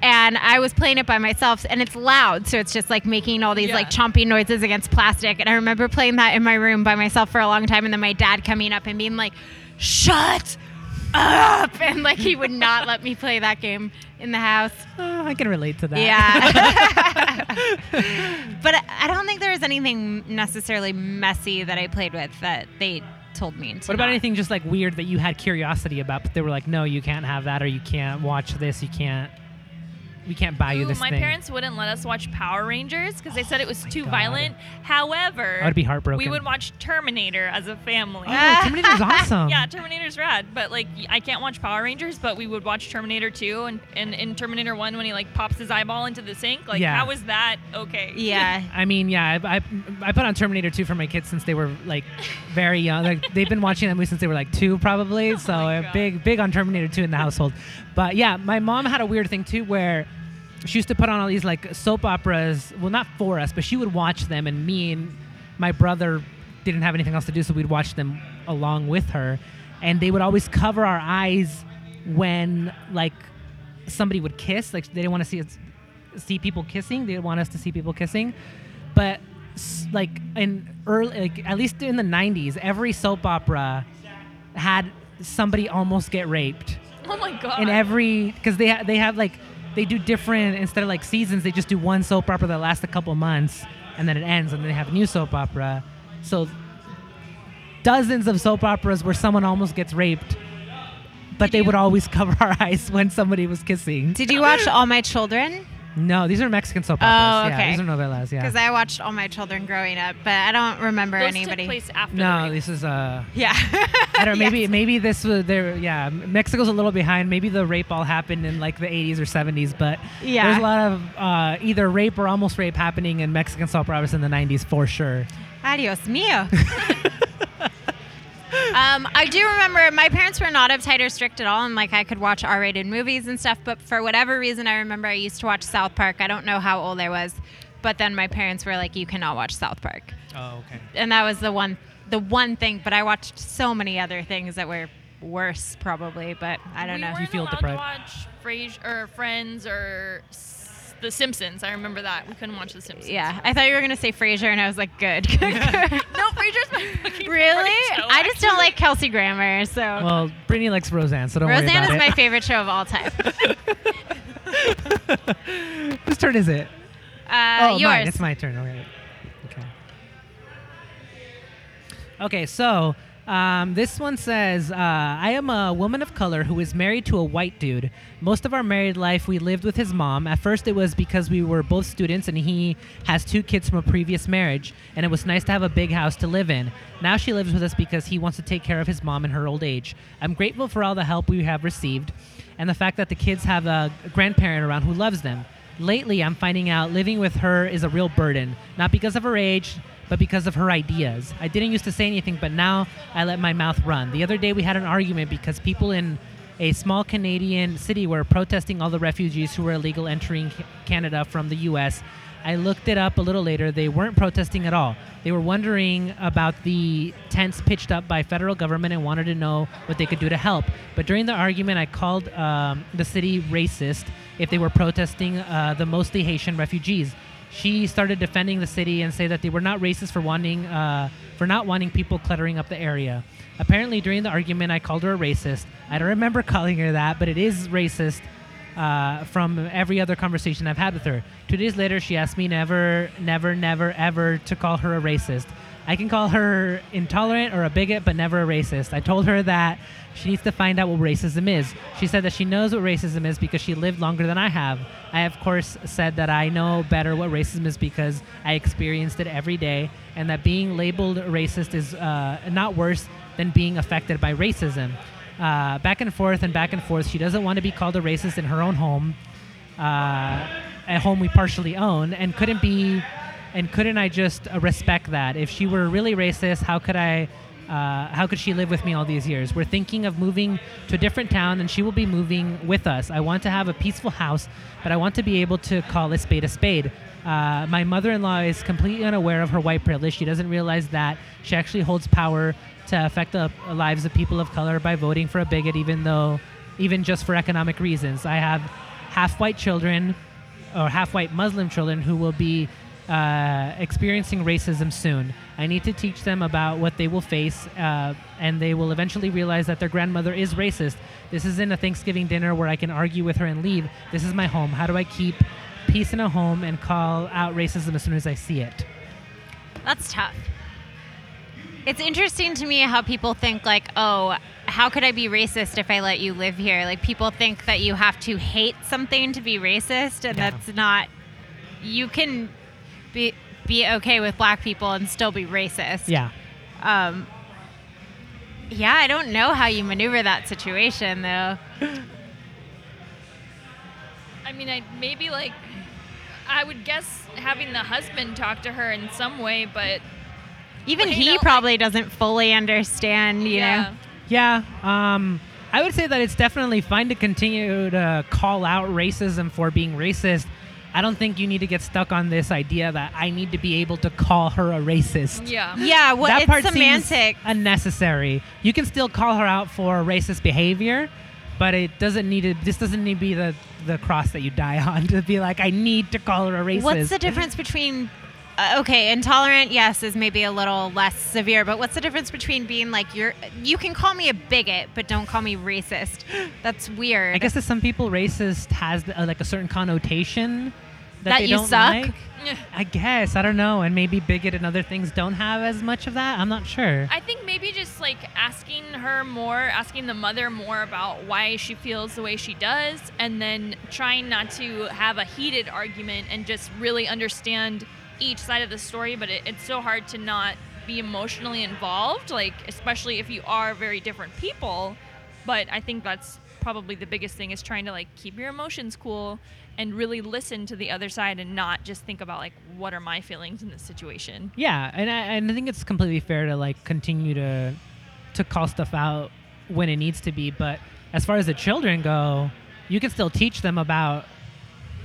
B: And I was playing it by myself, and it's loud, so it's just like making all these
C: Yeah.
B: like chompy noises against plastic. And I remember playing that in my room by myself for a long time, and then my dad coming up and being like, "Shut up!" and like he would not let me play that game in the house.
A: Oh, I can relate to that.
B: Yeah. but I- I don't think there was anything necessarily messy that I played with that they told me. To
A: What about
B: not.
A: anything just like weird that you had curiosity about, but they were like, no, you can't have that, or you can't watch this, you can't, we can't buy you
C: Ooh,
A: this
C: my
A: thing. Oh
C: parents wouldn't let us watch Power Rangers because they said it was
A: my
C: too
A: God.
C: violent. However,
A: I would be heartbroken.
C: we would watch Terminator as a family.
A: Oh, Terminator's awesome.
C: Yeah, Terminator's rad, but like I can't watch Power Rangers, but we would watch Terminator 2 and, and in Terminator 1 when he like pops his eyeball into the sink. Like
A: Yeah.
C: how is that okay?
B: Yeah.
A: I mean, yeah, I, I, I put on Terminator 2 for my kids since they were like very young. Like they've been watching that movie since they were like two, probably. so
C: my
A: uh,
C: God.
A: big, big on Terminator 2 in the household. But yeah, my mom had a weird thing too, where she used to put on all these like soap operas. Well, not for us, but she would watch them, and me and my brother didn't have anything else to do, so we'd watch them along with her. And they would always cover our eyes when like somebody would kiss. Like they didn't want to see us see people kissing. They didn't want us to see people kissing. But s- like in early, like at least in the '90s, every soap opera had somebody almost get raped
C: Oh my god.
B: Uh-huh.
A: in every because they ha- they have like they do different instead of like seasons they just do one soap opera that lasts a couple months and then it ends and they have a new soap opera so dozens of soap operas where someone almost gets raped but they would always cover our eyes when somebody was kissing
B: Did you watch All My Children?
A: no these are mexican soap
B: Oh,
A: operas yeah
B: okay.
A: these are novelas yeah
B: Because I watched All My Children growing up, but I don't remember
C: Those
B: anybody.
C: took place after
A: no
C: the rape.
A: this is uh
B: yeah.
A: I don't. Maybe
B: Yes.
A: maybe this was there. Yeah, Mexico's a little behind. Maybe the rape all happened in like the 80s or 70s, but
B: Yeah.
A: there's a lot of uh, either rape or almost rape happening in Mexican soap operas in the 90s for sure.
B: Adios mio. um, I do remember my parents were not uptight or strict at all, and like I could watch R-rated movies and stuff. But for whatever reason, I remember I used to watch South Park. I don't know how old I was, but then my parents were like, "You cannot watch South Park,"
A: Oh, okay.
B: and that was the one the one thing. But I watched so many other things that were worse, probably. But I don't
C: we
B: know.
C: Weren't
A: feel
C: allowed
A: deprived.
C: to watch Frasier or Friends or S- The Simpsons. I remember that. We couldn't watch The Simpsons.
B: Yeah, I thought you were gonna say Frasier, and I was like, "Good."
C: No, Frasier's my fucking
B: really?
C: favorite show,
B: I just don't
C: actually.
B: like Kelsey Grammer, so.
A: Well, Brittany likes Roseanne, so don't
B: Roseanne is
A: worry
B: my
A: about
B: favorite show of all time. Uh,
A: it. Whose turn is it?
B: Uh,
A: oh,
B: yours.
A: mine. It's my turn. Okay. Okay. Okay. So Um, this one says, uh, I am a woman of color who is married to a white dude. Most of our married life, we lived with his mom. At first, it was because we were both students and he has two kids from a previous marriage, and it was nice to have a big house to live in. Now she lives with us because he wants to take care of his mom in her old age. I'm grateful for all the help we have received and the fact that the kids have a grandparent around who loves them. Lately, I'm finding out living with her is a real burden, not because of her age, but because of her ideas. I didn't used to say anything, but now I let my mouth run. The other day, we had an argument because people in a small Canadian city were protesting all the refugees who were illegal entering C- Canada from the US. I looked it up a little later. They weren't protesting at all. They were wondering about the tents pitched up by federal government and wanted to know what they could do to help. But during the argument, I called um, the city racist if they were protesting uh, the mostly Haitian refugees. She started defending the city and say that they were not racist for wanting uh, for not wanting people cluttering up the area. Apparently, during the argument, I called her a racist. I don't remember calling her that, but it is racist uh, from every other conversation I've had with her. Two days later, she asked me never, never, never, ever to call her a racist. I can call her intolerant or a bigot, but never a racist. I told her that she needs to find out what racism is. She said that she knows what racism is because she lived longer than I have. I, of course, said that I know better what racism is because I experienced it every day, and that being labeled racist is uh, not worse than being affected by racism uh, back and forth and back and forth. She doesn't want to be called a racist in her own home, uh, a home we partially own, and couldn't be, and couldn't I just uh, respect that? If she were really racist, how could I? Uh, how could she live with me all these years? We're thinking of moving to a different town, and she will be moving with us. I want to have a peaceful house, but I want to be able to call a spade a spade. Uh, my mother-in-law is completely unaware of her white privilege. She doesn't realize that she actually holds power to affect the lives of people of color by voting for a bigot, even though, even just for economic reasons. I have half-white children, or half-white Muslim children, who will be uh, experiencing racism soon. I need to teach them about what they will face, uh, and they will eventually realize that their grandmother is racist. This isn't a Thanksgiving dinner where I can argue with her and leave. This is my home. How do I keep peace in a home and call out racism as soon as I see it?
B: That's tough. It's interesting to me how people think like, oh, how could I be racist if I let you live here? Like people think that you have to hate something to be racist and
A: Yeah.
B: that's not you can be be okay with black people and still be racist.
A: Yeah.
B: Um yeah, I don't know how you maneuver that situation though.
C: I mean, I maybe like I would guess having the husband talk to her in some way, but
B: Even
C: Well, you
B: he
C: know, like-
B: probably doesn't fully understand, you
C: yeah.
B: know.
A: Yeah, um, I would say that it's definitely fine to continue to call out racism for being racist. I don't think you need to get stuck on this idea that I need to be able to call her a racist.
C: Yeah.
B: Yeah, well,
A: that
B: it's
A: part seems
B: semantic.
A: unnecessary. You can still call her out for racist behavior, but it doesn't need to. This doesn't need to be the the cross that you die on to be like I need to call her a racist.
B: What's the difference between uh, okay, intolerant, yes, is maybe a little less severe, but what's the difference between being like you're you can call me a bigot, but don't call me racist. That's weird.
A: I guess to some people, racist has uh, like a certain connotation that,
B: That
A: they
B: you
A: don't
B: suck?
A: like. I guess I don't know, and maybe bigot and other things don't have as much of that. I'm not sure.
C: I think maybe just like asking her more, asking the mother more about why she feels the way she does, and then trying not to have a heated argument and just really understand each side of the story. But it, it's so hard to not be emotionally involved, like, especially if you are very different people. But I think that's probably the biggest thing is trying to like keep your emotions cool and really listen to the other side and not just think about like what are my feelings in this situation.
A: yeah, and I, and I think it's completely fair to like continue to to call stuff out when it needs to be. But as far as the children go, you can still teach them about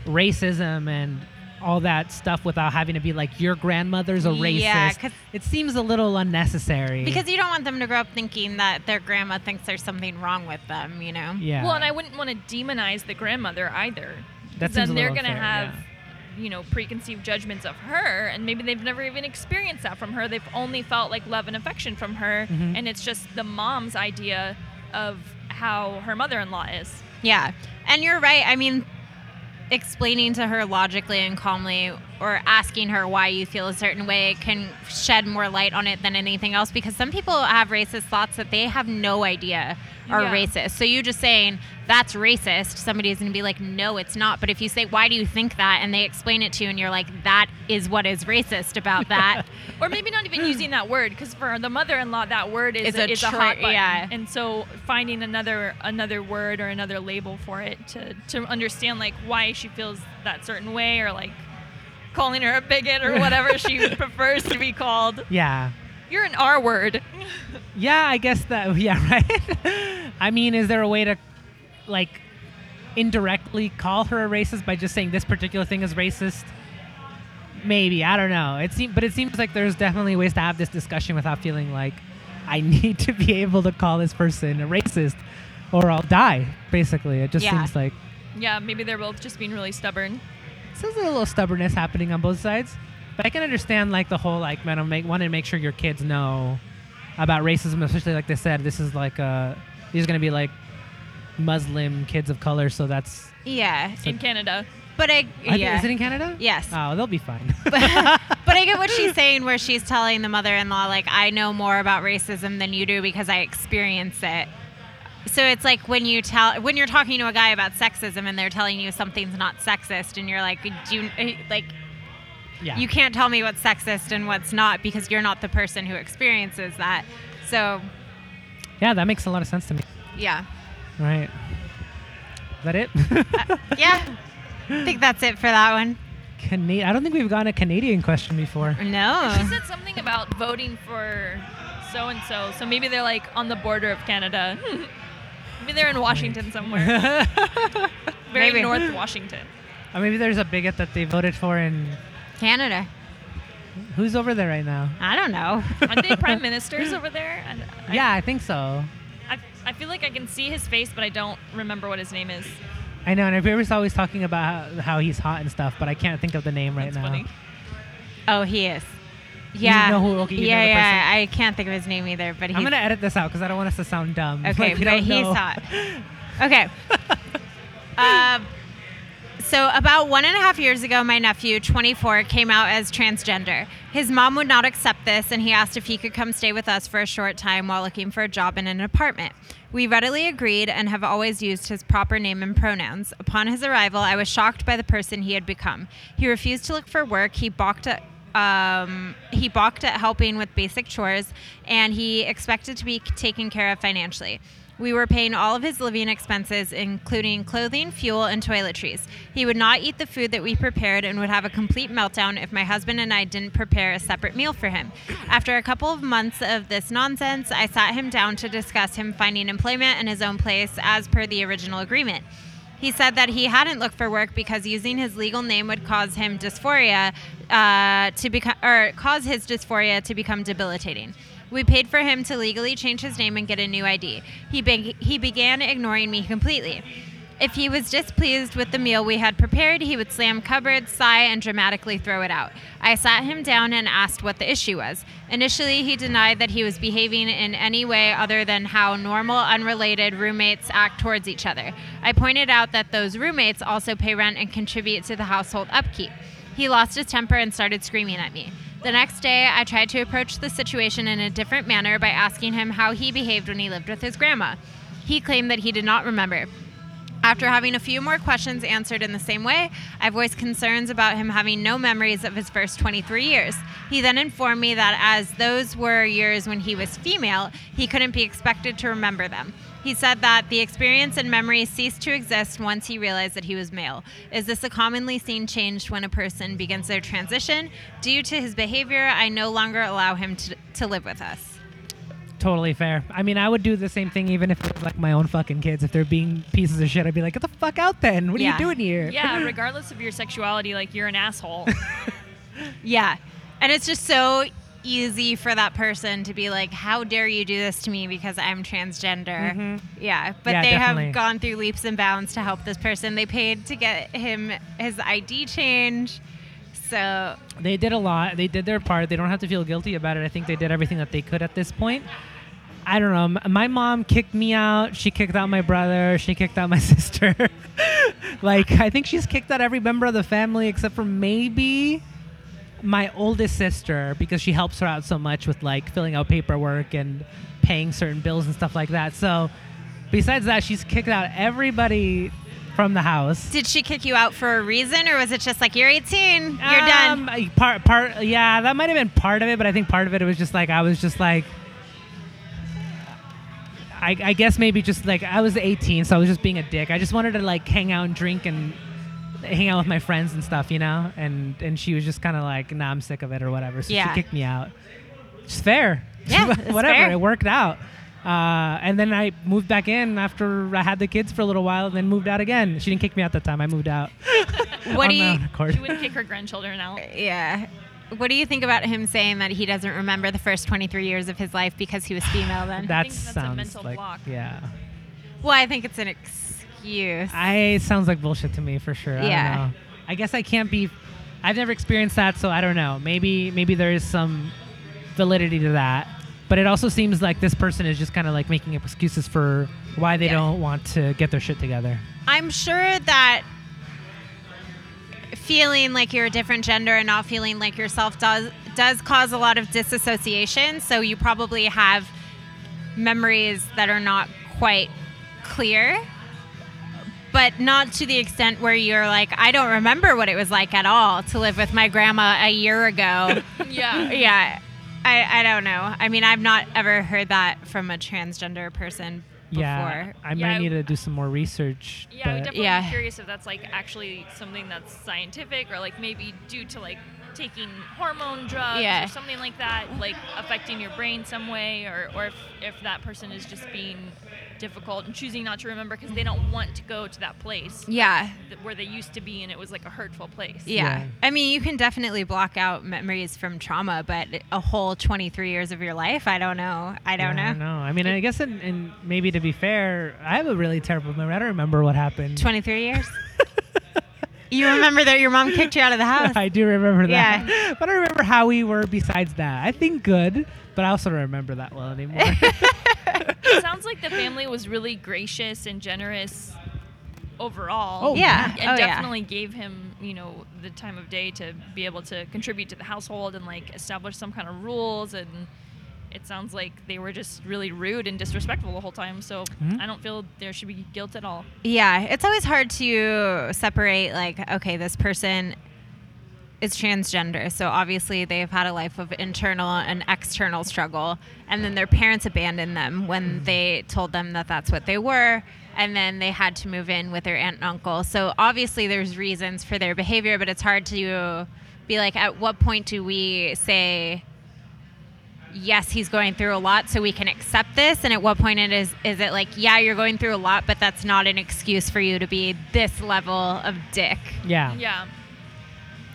A: racism and all that stuff without having to be like your grandmother's a racist.
B: Yeah, 'cause-
A: it seems a little unnecessary.
B: because you don't want them to grow up thinking that their grandma thinks there's something wrong with them, you know.
A: yeah,
C: Well, and I wouldn't want to demonize the grandmother either.
A: That seems
C: then
A: a
C: they're
A: little
C: gonna
A: unfair,
C: have,
A: yeah.
C: you know, preconceived judgments of her, and maybe they've never even experienced that from her. They've only felt like love and affection from her,
A: Mhm.
C: and it's just the mom's idea of how her mother-in-law is.
B: Yeah. And you're right. I mean, explaining to her logically and calmly or asking her why you feel a certain way can shed more light on it than anything else because some people have racist thoughts that they have no idea are
C: Yeah.
B: racist. So you just saying that's racist, somebody's going to be like no, it's not. But if you say why do you think that and they explain it to you and you're like that is what is racist about that.
C: or maybe not even using that word because for the mother-in-law that word is,
B: It's
C: a,
B: a
C: is a
B: tr-
C: hot button.
B: yeah.
C: and so finding another another word or another label for it to, to understand like why she feels that certain way or like calling her a bigot or whatever she prefers to be called
A: Yeah.
C: you're an r word
A: Yeah, I guess that. Yeah, right. I mean, is there a way to, like, indirectly call her a racist by just saying this particular thing is racist? Maybe I don't know. It seems, but it seems like there's definitely ways to have this discussion without feeling like I need to be able to call this person a racist, or I'll die. Basically, it just
B: Yeah.
A: seems like
C: yeah maybe they're both just being really stubborn
A: seems like a little stubbornness happening on both sides. But I can understand like the whole like man, I make want to make sure your kids know about racism, especially like they said, this is like uh these are gonna be like Muslim kids of color, so that's
B: yeah.
C: in canada
B: But I
A: I thi-
B: yeah.
A: is it in Canada?
B: Yes.
A: Oh, they'll be fine.
B: but I get what she's saying, where she's telling the mother in law, like, I know more about racism than you do because I experience it. So it's like when you tell when you're talking to a guy about sexism and they're telling you something's not sexist and you're like do you, eh, like
A: yeah.
B: you can't tell me what's sexist and what's not because you're not the person who experiences that. So
A: yeah, that makes a lot of sense to me.
B: yeah.
A: Right. Is that it?
B: Uh, Yeah. I think that's it for that one.
A: Cana- I don't think we've gotten a Canadian question before.
C: she
B: No.
C: said something about voting for so and so so maybe they're like on the border of canada maybe they're in washington somewhere very
B: Maybe.
C: north washington
A: Or Uh, maybe there's a bigot that they voted for and
B: Canada.
A: who's over there right now?
B: I don't know.
C: Aren't they prime ministers over there? And I,
A: Yeah, I think so.
C: I, I feel like I can see his face, but I don't remember what his name is.
A: I know, and everybody's always talking about how, how he's hot and stuff, but I can't think of the name right
C: That's
A: now.
C: funny.
B: Oh, he is. Yeah.
A: know who- okay, you know
B: yeah,
A: the
B: yeah. I can't think of his name either, but he's
A: I'm gonna edit this out because I don't want us to sound dumb.
B: Okay,
A: Like, we
B: but
A: don't
B: he's
A: know.
B: hot. Okay. um, so, about one and a half years ago, my nephew, 24, came out as transgender. His mom would not accept this, and he asked if he could come stay with us for a short time while looking for a job in an apartment. We readily agreed and have always used his proper name and pronouns. Upon his arrival, I was shocked by the person he had become. He refused to look for work. He balked at um, he balked at helping with basic chores, and he expected to be taken care of financially. We were paying all of his living expenses, including clothing, fuel, and toiletries. He would not eat the food that we prepared and would have a complete meltdown if my husband and I didn't prepare a separate meal for him. After a couple of months of this nonsense, I sat him down to discuss him finding employment in his own place as per the original agreement. He said that he hadn't looked for work because using his legal name would cause him dysphoria uh, to become, or cause his dysphoria to become debilitating. We paid for him to legally change his name and get a new ID. He be- he began ignoring me completely. If he was displeased with the meal we had prepared, he would slam cupboards, sigh, and dramatically throw it out. I sat him down and asked what the issue was. Initially, he denied that he was behaving in any way other than how normal, unrelated roommates act towards each other. I pointed out that those roommates also pay rent and contribute to the household upkeep. He lost his temper and started screaming at me. The next day, I tried to approach the situation in a different manner by asking him how he behaved when he lived with his grandma. He claimed that he did not remember. After having a few more questions answered in the same way, I voiced concerns about him having no memories of his first 23 years. He then informed me that as those were years when he was female, he couldn't be expected to remember them. He said that the experience and memory ceased to exist once he realized that he was male. Is this a commonly seen change when a person begins their transition? Due to his behavior, I no longer allow him to, to live with us.
A: Totally fair. I mean, I would do the same thing even if it was like my own fucking kids. If they're being pieces of shit, I'd be like, get the fuck out then. What are
B: Yeah.
A: you doing here?
C: Yeah, regardless of your sexuality, like you're an asshole.
B: Yeah. And it's just so easy for that person to be like, how dare you do this to me because I'm transgender. Yeah. But
A: Mm-hmm. Yeah,
B: they
A: definitely.
B: have gone through leaps and bounds to help this person. They paid to get him his ID change. So,
A: They did a lot. They did their part. They don't have to feel guilty about it. I think they did everything that they could at this point. I don't know. M- My mom kicked me out. She kicked out my brother. She kicked out my sister. like I think she's kicked out every member of the family except for maybe my oldest sister because she helps her out so much with like filling out paperwork and paying certain bills and stuff like that. So besides that, she's kicked out everybody from the house.
B: Did she kick you out for a reason, or was it just like you're 18, you're done?
A: Um, I- Part, part, yeah, that might have been part of it, but I think part of it was just like I was just like, I, I guess maybe just like I was 18, so I was just being a dick. I just wanted to like hang out and drink and hang out with my friends and stuff, you know. And and she was just kind of like, nah, I'm sick of it or whatever. So
B: Yeah.
A: she kicked me out. It's fair.
B: Yeah, it's
A: whatever.
B: fair.
A: It worked out. Uh, and then I moved back in after I had the kids for a little while, and then moved out again. She didn't kick me out that time. I moved out.
B: What
A: on
B: do
A: my
B: you?
A: own accord.
C: She wouldn't kick her grandchildren out.
B: Yeah. What do you think about him saying that he doesn't remember the first 23 years of his life because he was female then?
A: That
C: think that's a
A: sounds
C: mental
A: like
C: block.
A: yeah.
B: well, I think it's an excuse.
A: I it sounds like bullshit to me for sure. I
B: Yeah.
A: don't know. I guess I can't be. I've never experienced that, so I don't know. Maybe maybe there is some validity to that, but it also seems like this person is just kind of like making up excuses for why they
C: Yeah.
A: don't want to get their shit together.
B: I'm sure that feeling like you're a different gender and not feeling like yourself does does cause a lot of disassociation. So you probably have memories that are not quite clear, but not to the extent where you're like, I don't remember what it was like at all to live with my grandma a year ago.
C: Yeah.
B: yeah. I, I don't know. I mean, I've not ever heard that from a transgender person before.
A: Yeah, I
C: Yeah,
A: might
C: I-
A: need to do some more research.
C: Yeah, I would
A: but-
C: definitely
B: Yeah.
C: be curious if that's like actually something that's scientific or like maybe due to like taking hormone drugs
B: Yeah.
C: or something like that, like affecting your brain some way, or, or if, if that person is just being difficult and choosing not to remember because they don't want to go to that place
B: Yeah.
C: that, where they used to be and it was like a hurtful place.
B: Yeah.
A: Yeah.
B: I mean, you can definitely block out memories from trauma, but a whole 23 years of your life, I don't know. I don't
A: Yeah, I
B: know.
A: I mean, I guess, in, in maybe to be fair, I have a really terrible memory. I don't remember what happened.
B: 23 years? you remember that your mom kicked you out of the house?
A: I do remember that.
B: Yeah.
A: But I remember how we were besides that. I think good, but I also don't remember that well anymore.
C: It sounds like the family was really gracious and generous overall.
A: Oh,
B: yeah.
C: and
B: oh,
C: definitely gave him you know the time of day to be able to contribute to the household and like establish some kind of rules and it sounds like they were just really rude and disrespectful the whole time so
A: Mhm.
B: Mm-hmm.
C: i don't feel there should be guilt at all
B: yeah. Yeah. It's always hard to separate, like, okay, this person is transgender. So obviously they've had a life of internal and external struggle. And then their parents abandoned them when they told them that that's what they were. And then they had to move in with their aunt and uncle. So obviously there's reasons for their behavior, but it's hard to be like, at what point do we say, yes, he's going through a lot, so we can accept this? And at what point it is, is it like, yeah, you're going through a lot, but that's not an excuse for you to be this level of dick?
A: yeah.
C: yeah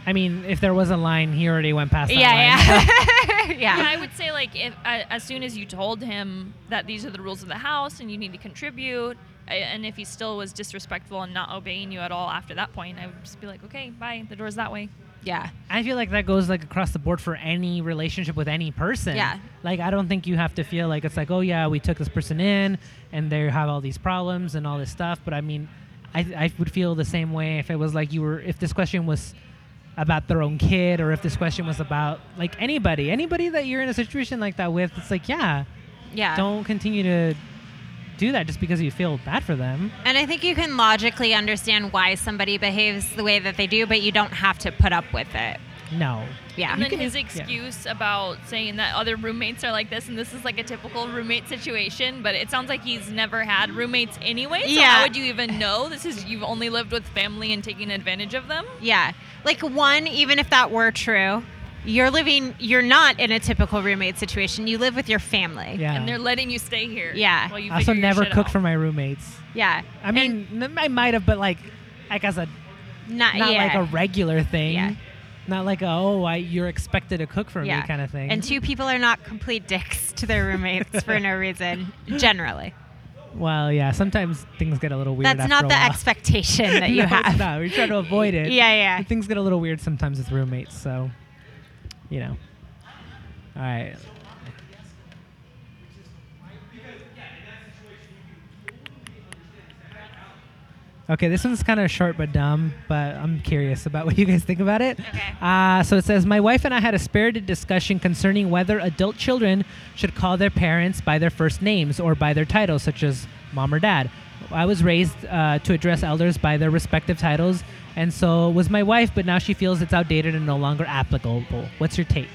A: I mean, if there was a line, he already went past that line.
B: yeah, yeah. yeah.
C: Yeah, I would say like if a- as soon as you told him that these are the rules of the house and you need to contribute, a- and if he still was disrespectful and not obeying you at all after that point, I would just be like, okay, bye, the door's that way.
B: Yeah.
A: I feel like that goes like across the board for any relationship with any person.
B: Yeah.
A: Like I don't think you have to feel like it's like, oh yeah, we took this person in and they have all these problems and all this stuff. But I mean, I, I would feel the same way if it was like you were if this question was about their own kid or if this question was about like anybody, anybody that you're in a situation like that with. It's like yeah,
B: Yeah.
A: don't continue to do that just because you feel bad for them.
B: And I think you can logically understand why somebody behaves the way that they do, but you don't have to put up with it.
A: No.
B: Yeah.
C: And then
A: can- e-,
C: his
A: yeah.
C: excuse about saying that other roommates are like this and this is like a typical roommate situation, but it sounds like he's never had roommates anyway. So
B: Yeah.
C: how would you even know? This is you've only lived with family and taking advantage of them.
B: yeah. Like one, even if that were true, you're living you're not in a typical roommate situation. You live with your family.
A: Yeah.
C: And they're letting you stay here.
B: Yeah.
C: While you
A: I also
C: figure your
A: never
C: shit
A: cook
C: out.
A: for my roommates.
B: Yeah.
A: I mean, n- I might have, but like, like as a
B: And not,
A: not
B: Uh, yeah.
A: like a regular thing,
B: Yeah.
A: not like a, oh, I, you're expected to cook for
B: Yeah.
A: me kind of thing.
B: and two people are not complete dicks to their roommates for no reason, generally.
A: well, yeah, sometimes things get a little weird.
B: That's
A: after
B: not
A: a
B: the
A: while.
B: expectation that you
A: no, it's
B: have.
A: not. we try to avoid it.
B: Yeah, yeah.
A: But things get a little weird sometimes with roommates, so you know. All right. Okay, this one's kind of short but dumb, but I'm curious about what you guys think about it.
B: Okay.
A: Uh, so it says My wife and I had a spirited discussion concerning whether adult children should call their parents by their first names or by their titles, such as mom or dad. I was raised uh, to address elders by their respective titles, and so was my wife, but now she feels it's outdated and no longer applicable. What's your take?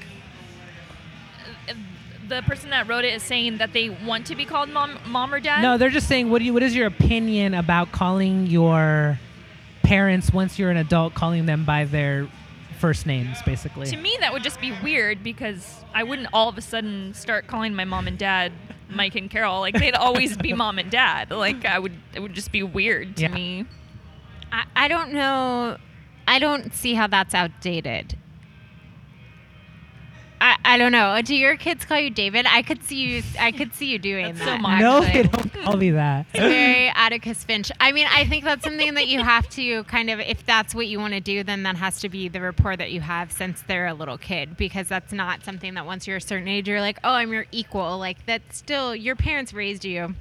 C: The person that wrote it is saying that they want to be called mom, mom or dad.
A: No, they're just saying, what do you? What is your opinion about calling your parents once you're an adult, calling them by their first names, basically?
C: to me that would just be weird because I wouldn't all of a sudden start calling my mom and dad Mike and Carol. Like they'd always be mom and dad. Like I would, it would just be weird to
A: Yeah.
C: me.
B: I, I don't know. I don't see how that's outdated. I, I don't know. Do your kids call you David? I could see you. I could see you doing
C: That's so
B: that.
C: modern.
A: no,
B: actually.
A: they don't call me that.
B: It's very Atticus Finch. I mean, I think that's something that you have to kind of, if that's what you want to do, then that has to be the rapport that you have since they're a little kid, because that's not something that once you're a certain age, you're like, oh, I'm your equal. Like, that's still, your parents raised you.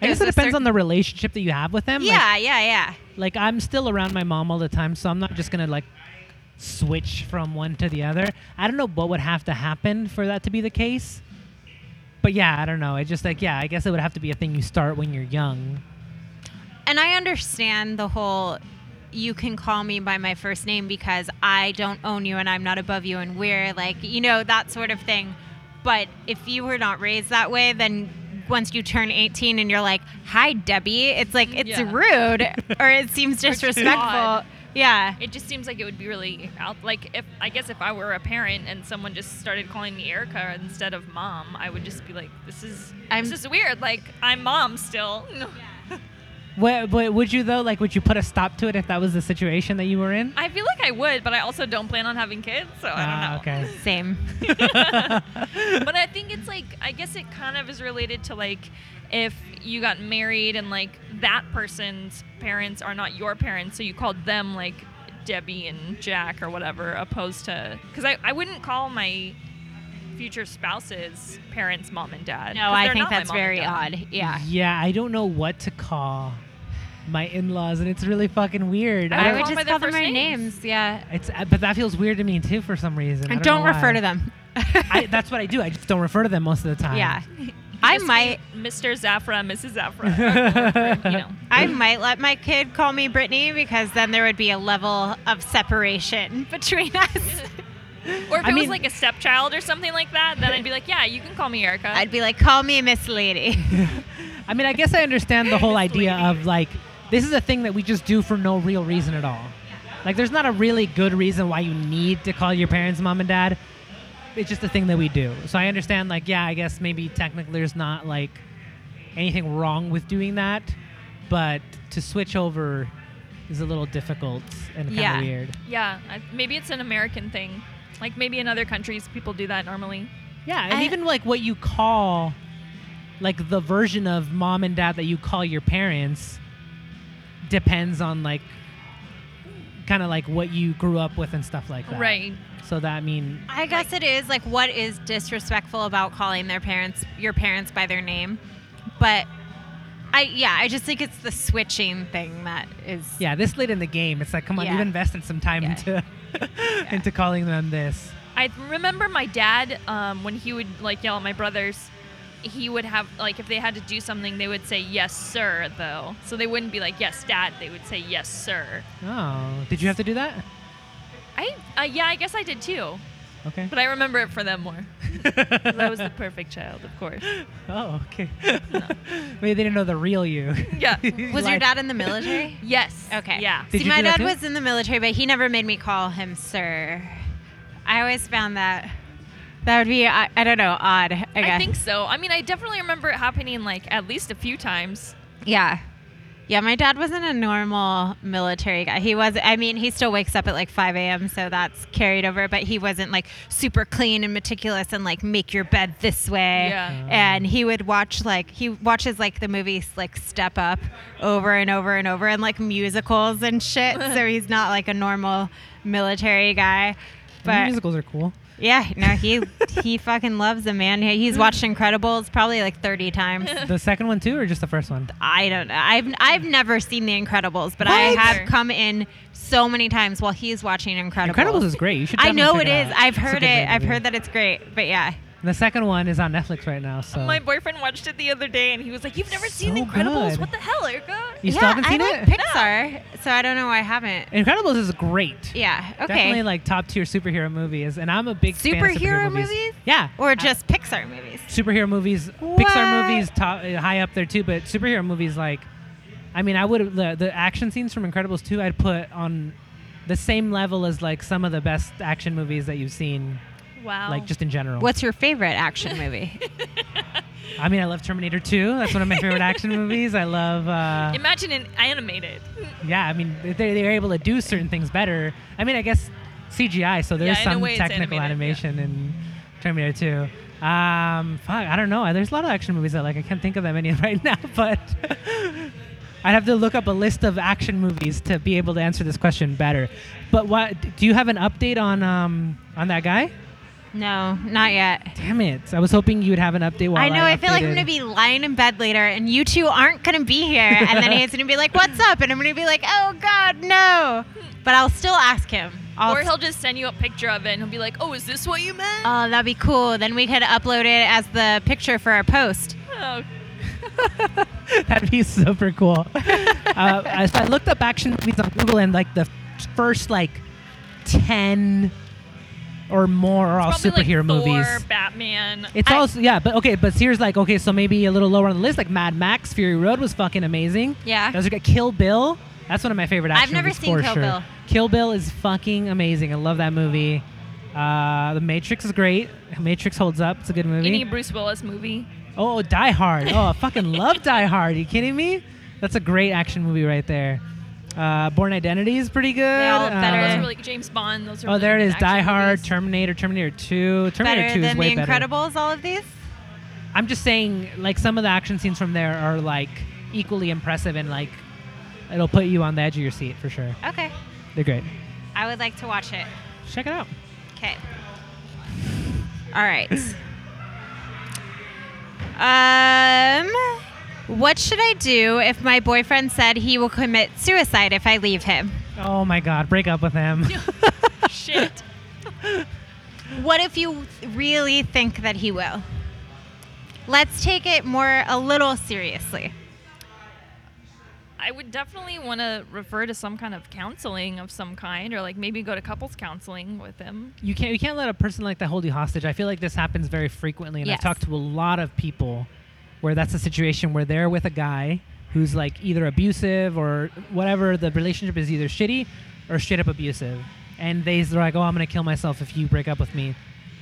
A: I guess
B: There's
A: it
B: a
A: depends on the relationship that you have with them. Like-
B: Yeah, yeah, yeah.
A: Like, I'm still around my mom all the time, so I'm not just gonna like switch from one to the other. I don't know what would have to happen for that to be the case. But yeah, I don't know. It just like yeah, I guess it would have to be a thing you start when you're young.
B: And I understand the whole you can call me by my first name because I don't own you and I'm not above you and we're like, you know, that sort of thing. But if you were not raised that way, then once you turn 18 and you're like, hi, Debbie, it's like, it's
C: Yeah.
B: rude or it seems disrespectful.
C: odd.
B: Yeah.
C: It just seems like it would be really out. Like if I guess if I were a parent and someone just started calling me Erica instead of mom, I would just be like, this is
B: I'm-
C: this is weird. Like I'm mom still.
A: What, but would you though? Like, would you put a stop to it if that was the situation that you were in?
C: I feel like I would, but I also don't plan on having kids, so I don't know.
A: Ah, okay.
B: Same.
C: but I think it's like I guess it kind of is related to like if you got married and like that person's parents are not your parents, so you called them like Debbie and Jack or whatever, opposed to because I, I wouldn't call my future spouse's parents mom and dad.
B: No,
C: 'cause
B: I
C: they're
B: think
C: not my
B: that's
C: mom and
B: very
C: dad.
B: odd. Yeah.
A: Yeah, I don't know what to call my in-laws, and it's really fucking weird.
C: I
B: I
A: don't-
B: would
C: call 'em by
B: just
C: their
B: call them
C: first
B: by
C: names.
B: names. Yeah.
A: it's uh, but that feels weird to me too for some reason. I
B: And
A: don't,
B: don't
A: know
B: refer
A: why.
B: to them.
A: I, that's what I do. I just don't refer to them most of the time.
B: yeah.
C: You
B: I
C: just
B: might.
C: call Mr. Zafra, Mrs. Zafra, or, you know.
B: I might let my kid call me Brittany because then there would be a level of separation between us.
C: Or if
A: I
C: it was
A: mean-
C: like a stepchild or something like that, then I'd be like, yeah, you can call me Erica.
B: I'd be like, call me Miss Lady.
A: I mean, I guess I understand the whole idea of like this is a thing that we just do for no real reason at all. Like, there's not a really good reason why you need to call your parents mom and dad. It's just a thing that we do. So I understand, like, yeah, I guess maybe technically there's not like anything wrong with doing that, but to switch over is a little difficult and kind of
B: Yeah.
A: weird.
C: Yeah, I, maybe it's an American thing. Like maybe in other countries people do that normally.
A: Yeah, and
B: I-
A: even like what you call, like the version of mom and dad that you call your parents, depends on like, kind of like what you grew up with and stuff like that.
C: Right.
A: So that I mean,
B: I guess it is like what is disrespectful about calling their parents your parents by their name. But I yeah, I just think it's the switching thing that is
A: yeah, this late in the game, it's like, come on,
B: Yeah.
A: you've invested some time
B: Yeah.
A: into into calling them this.
C: I remember my dad um, when he would like yell at my brothers. He would have like if they had to do something, they would say yes sir though. So they wouldn't be like yes dad. They would say yes sir.
A: Oh, did you have to do that?
C: I uh, yeah, I guess I did too.
A: Okay.
C: But I remember it for them more. 'Cause I was the perfect child, of course.
A: Oh, okay. Maybe they didn't know the real you.
C: Yeah.
B: Was your
A: Like-
B: dad in the military?
C: Yes.
B: Okay.
C: Yeah.
A: Did
B: See,
A: you
B: my
A: do that
B: dad
A: too?
B: was in the military, but he never made me call him sir. I always found that that would be I, I don't know odd. I, guess.
C: I think so. I mean, I definitely remember it happening like at least a few times.
B: Yeah. Yeah, my dad wasn't a normal military guy. He was, I mean, he still wakes up at like 5 a.m., so that's carried over, but he wasn't like super clean and meticulous and like make your bed this way.
C: Yeah.
B: And he would watch like, he watches like the movies like Step Up over and over and over and like musicals and shit. so he's not like a normal military guy.
A: I mean,
B: But
A: musicals are cool.
B: Yeah, no, he he fucking loves them, man. He- He's watched Incredibles probably like 30 times.
A: The second one too, or just the first one?
B: I don't know. I've I've never seen The Incredibles, but I
C: What?
B: have come in so many times while he is watching Incredibles.
A: Incredibles is great. You should.
B: I know
A: definitely
B: it
A: check
B: is.
A: out.
B: I've
A: It's a
B: heard
A: good
B: it. I've
A: movie.
B: heard that it's great. But yeah,
A: The second one is on Netflix right now, so
C: My boyfriend watched it the other day, and he was like, "You've never seen
A: So
C: Incredibles?
A: good.
C: What the hell, Erica?"
A: you
B: yeah,
A: still haven't
B: I
A: seen
B: like
A: it.
B: Pixar, so I don't know why I haven't.
A: Incredibles is great.
B: Yeah. Okay.
A: Definitely like top tier superhero movies, and I'm a big fan of
B: Superhero
A: superhero movies.
B: movies?
A: Yeah,
B: or just Pixar movies.
A: superhero movies,
B: What?
A: Pixar movies, top uh, high up there too. But superhero movies, like, I mean, I would the the action scenes from Incredibles two, I'd put on the same level as like some of the best action movies that you've seen,
C: Wow.
A: like just in general.
B: Oh. What's your favorite action movie?
A: I mean, I love Terminator two. That's one of my favorite action movies. I love. Uh,
C: imagine an animated.
A: yeah, I mean, they they're able to do certain things better. I mean, I guess CGI, so there's
C: in a
A: some
C: way it's
A: technical
C: animated,
A: animation in Terminator 2. Um, fuck, I don't know. There's a lot of action movies that like I can't think of that many right now, but I'd have to look up a list of action movies to be able to answer this question better. But what do you have an update on um, on that guy?
B: no, not yet.
A: Damn it! I was hoping you'd have an update. While
B: I know. I, feel like I'm
A: updated.
B: gonna be lying in bed later, and you two aren't gonna be here. And then he's gonna be like, "What's up?" And I'm gonna be like, "Oh God, no!" But I'll still ask him. I'll
C: or he'll just send you a picture of it, and he'll be like, "Oh, is this what you meant?"
A: Uh,
B: oh, that'd be cool. Then we could upload it as the picture for our post.
C: Oh,
A: That'd be super cool. uh, I- so I looked up action movies on Google, and like the first like ten or more are all
C: probably like
A: superhero movies.
C: Thor, Batman.
A: It's
B: I-
A: all yeah, but okay. But here's like okay, so maybe a little lower on the list. Like Mad Max, Fury Road was fucking amazing.
B: Yeah.
A: those are good. Kill Bill. That's one of my favorite action
B: I've never
A: movies
B: seen
A: for
B: Kill
A: sure.
B: Bill.
A: Kill Bill is fucking amazing. I love that movie. Uh, the Matrix is great. Matrix holds up. It's a good movie.
C: Any Bruce Willis movie?
A: Oh, Die Hard. Oh, I fucking love Die Hard. you kidding me? That's a great action movie right there. Uh, Born Identity is pretty good.
B: all better.
A: Uh,
C: Those are really James Bond. Those are.
A: oh,
C: really
A: there it
C: good
A: is. Die
C: action
A: Hard,
C: movies.
A: Terminator, Terminator 2. Terminator
B: better
A: 2
B: than
A: is way
B: the
A: better.
B: Incredibles. All of these.
A: I'm just saying, like, some of the action scenes from there are, like, equally impressive and, like, it'll put you on the edge of your seat for sure.
B: Okay,
A: They're great.
B: I would like to watch it.
A: Check it out.
B: Okay. All right. um, what should I do if my boyfriend said he will commit suicide if I leave him?
A: Oh my God, break up with him.
C: Shit.
B: What if you really think that he will? Let's take it more a little seriously.
C: I would definitely want to refer to some kind of counseling of some kind, or like maybe go to couples counseling with him.
A: you can't you can't let a person like that hold you hostage. I feel like this happens very frequently, and
B: Yes.
A: I've talked to a lot of people where that's a situation where they're with a guy who's like either abusive or whatever. The relationship is either shitty or straight up abusive, and they, they're like, "Oh, I'm gonna kill myself if you break up with me."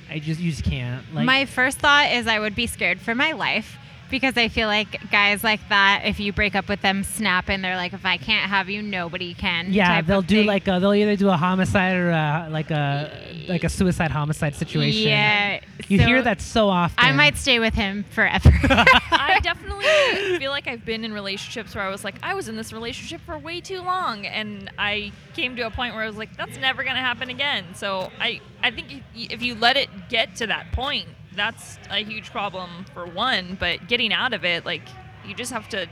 A: I just you just can't. Like,
B: my first thought is I would be scared for my life because I feel like guys like that, if you break up with them, snap and they're like, if I can't have you, nobody can.
A: yeah,
B: type
A: they'll
B: of
A: do
B: thing.
A: like a, they'll either do a homicide or a, like a like a suicide homicide situation.
B: Yeah.
A: you
B: so
A: hear that so often.
B: I might stay with him forever.
C: I definitely feel like I've been in relationships where I was like, I was in this relationship for way too long, and I came to a point where I was like, that's never gonna happen again. So I, I think if you, if you let it get to that point, that's a huge problem for one. But getting out of it, like, you just have to.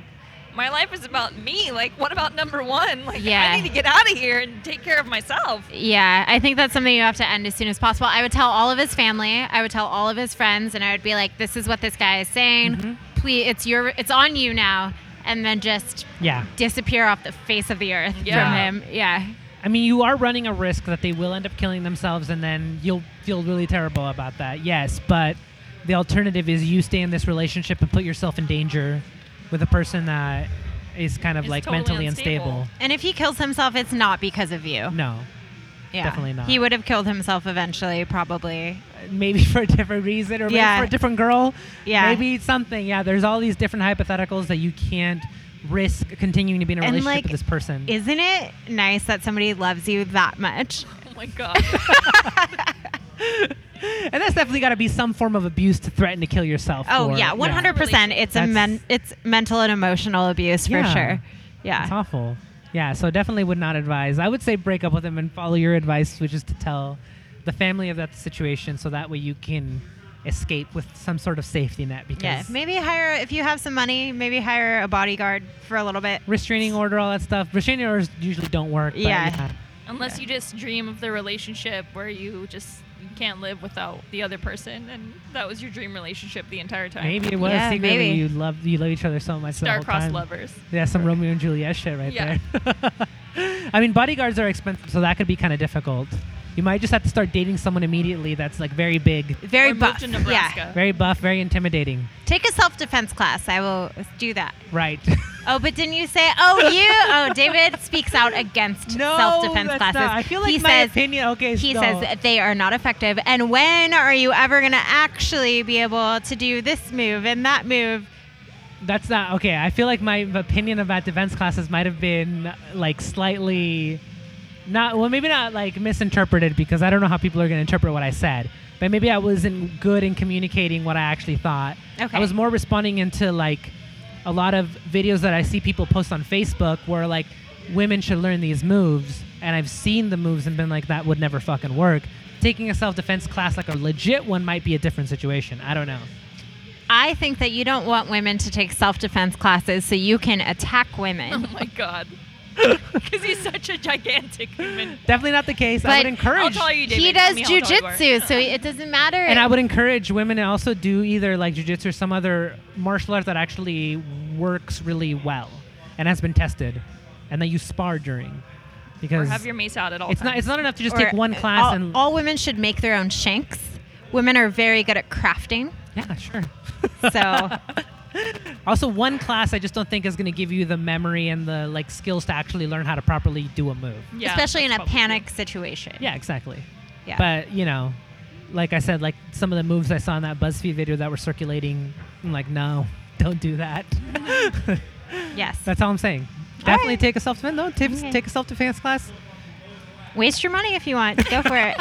C: My life is about me. Like, what about number one? Like,
B: Yeah.
C: I need to get out of here and take care of myself.
B: yeah, I think that's something you have to end as soon as possible. I would tell all of his family, I would tell all of his friends, and I would be like, "This is what this guy is saying.
A: Mm-hmm.
B: Please, it's your, it's on you now." And then just
A: yeah.
B: disappear off the face of the earth
C: Yeah.
B: from him. Yeah.
A: I mean, you are running a risk that they will end up killing themselves, and then you'll feel really terrible about that. Yes, but the alternative is you stay in this relationship and put yourself in danger with a person that is kind of
C: Is
A: like
C: totally
A: mentally
C: unstable.
A: unstable.
B: And if he kills himself, it's not because of you.
A: No,
B: yeah.
A: definitely not.
B: He would have killed himself eventually, probably.
A: maybe for a different reason, or maybe
B: Yeah.
A: for a different girl.
B: Yeah.
A: maybe something. Yeah, there's all these different hypotheticals that you can't risk continuing to be in a
B: And,
A: relationship
B: like,
A: with this person.
B: Isn't it nice that somebody loves you that much?
C: Oh my god.
A: and that's definitely got to be some form of abuse to threaten to kill yourself.
B: Oh
A: for-
B: yeah, one hundred percent. It's a
A: That's-
B: men, it's mental and emotional abuse for
A: Yeah.
B: sure.
A: It's
B: Yeah,
A: awful. Yeah, so definitely would not advise. I would say break up with him and follow your advice, which is to tell the family of that situation, so that way you can escape with some sort of safety net. Because
B: Yeah, maybe hire if you have some money, maybe hire a bodyguard for a little bit.
A: restraining order, all that stuff. Restraining orders usually don't work. but
B: Yeah.
C: Unless you just dream of the relationship where you just can't live without the other person, and that was your dream relationship the entire time.
A: Maybe it was
B: Yeah,
A: secretly
B: maybe.
A: you love you love each other so much. the whole
C: star-crossed
A: time.
C: lovers.
A: Yeah, some Romeo and Juliet shit right
C: Yeah.
A: there. I mean, bodyguards are expensive, so that could be kind of difficult. You might just have to start dating someone immediately that's like very big,
B: Very
C: or move
B: buff.
C: to
B: Yeah.
C: Nebraska.
A: very buff, very intimidating.
B: Take a self defense class. I will do that.
A: Right.
B: Oh, but didn't you say? Oh, you. Oh, David speaks out against self defense
A: that's
B: classes.
A: Not. I feel like
B: he
A: my
B: says
A: opinion. Okay,
B: he
A: no.
B: says that they are not effective. And when are you ever going to actually be able to do this move and that move?
A: That's not okay. I feel like my opinion about defense classes might have been like slightly not well, maybe not like misinterpreted because I don't know how people are going to interpret what I said. But maybe I wasn't good in communicating what I actually thought.
B: Okay.
A: I was more responding into like a lot of videos that I see people post on Facebook where like women should learn these moves, and I've seen the moves and been like that would never fucking work. Taking a self defense class like a legit one might be a different situation. I don't know.
B: I think that you don't want women to take self defense classes so you can attack
C: Oh
B: women.
C: my god. Because he's such a gigantic human.
A: Definitely not the case. I
B: But
A: would encourage.
C: I'll tell you, David.
B: he
C: tell
B: does
C: me how tall you are.
B: jujitsu, so it doesn't matter.
A: And I would encourage women to also do either like jujitsu or some other martial art that actually works really well and has been tested, and that you spar during,
C: Or
A: because
C: have your mace out at all
A: it's not
C: times.
A: it's not enough to just
B: Or,
A: take one
B: uh,
A: class
B: all,
A: and
B: all women should make their own shanks. Women are very good at crafting.
A: yeah sure.
B: So
A: Also, one class I just don't think is going to give you the memory and the like skills to actually learn how to properly do a move.
C: Yeah,
B: especially in
C: that's
B: a
C: probably
B: panic situation.
A: Yeah, exactly.
B: Yeah.
A: But you know, like I said, like some of the moves I saw in that BuzzFeed video that were circulating, I'm like, no, don't do that.
B: yes.
A: That's all I'm saying. Definitely
B: right.
A: take a self defense. No, take,
B: Okay.
A: take a self defense class.
B: Waste your money if you want. Go for it.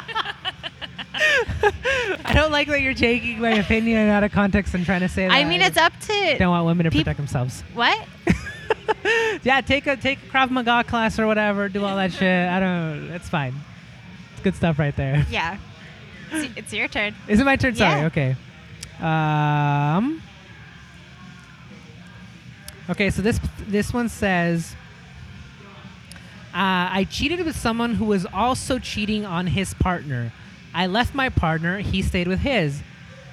A: I don't like that you're taking my opinion out of context and trying to say that.
B: I mean, it's up to
A: don't want women to
B: peop-
A: protect themselves.
B: what?
A: yeah, take a take a Krav Maga class or whatever. Do all that shit. I don't. That's fine. It's good stuff right there.
B: Yeah. It's, it's your turn.
A: Is it my turn? Sorry.
B: Yeah.
A: Okay. Um. Okay, so this this one says, uh, I cheated with someone who was also cheating on his partner. I left my partner. He stayed with his.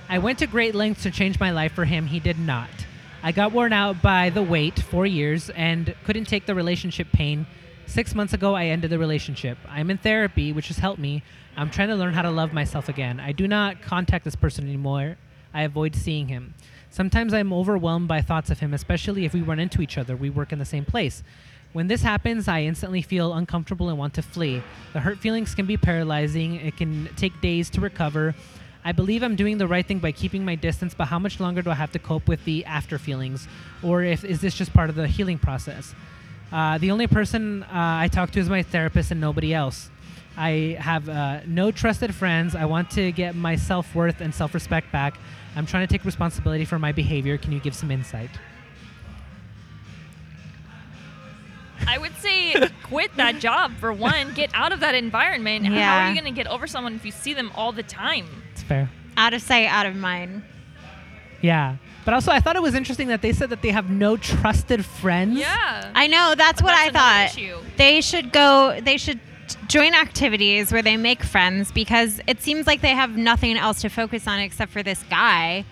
A: I went to great lengths to change my life for him. He did not. I got worn out by the wait, four years, and couldn't take the relationship pain. Six months ago, I ended the relationship. I'm in therapy, which has helped me. I'm trying to learn how to love myself again. I do not contact this person anymore. I avoid seeing him. Sometimes I'm overwhelmed by thoughts of him, especially if we run into each other. We work in the same place. When this happens, I instantly feel uncomfortable and want to flee. The hurt feelings can be paralyzing, it can take days to recover. I believe I'm doing the right thing by keeping my distance, but how much longer do I have to cope with the after feelings? Or if is this just part of the healing process? Uh, the only person uh, I talk to is my therapist and nobody else. I have uh, no trusted friends. I want to get my self worth and self respect back. I'm trying to take responsibility for my behavior. Can you give some insight?
C: I would say quit that job for one. Get out of that environment. How
B: Yeah.
C: are you going to get over someone if you see them all the time?
A: It's fair.
B: Out of sight, out of mind.
A: Yeah. But also, I thought it was interesting that they said that they have no trusted friends.
C: Yeah.
B: I know. That's
C: But
B: what
C: that's
B: I
C: another
B: thought.
C: issue.
B: They should go. They should t- join activities where they make friends because it seems like they have nothing else to focus on except for this guy.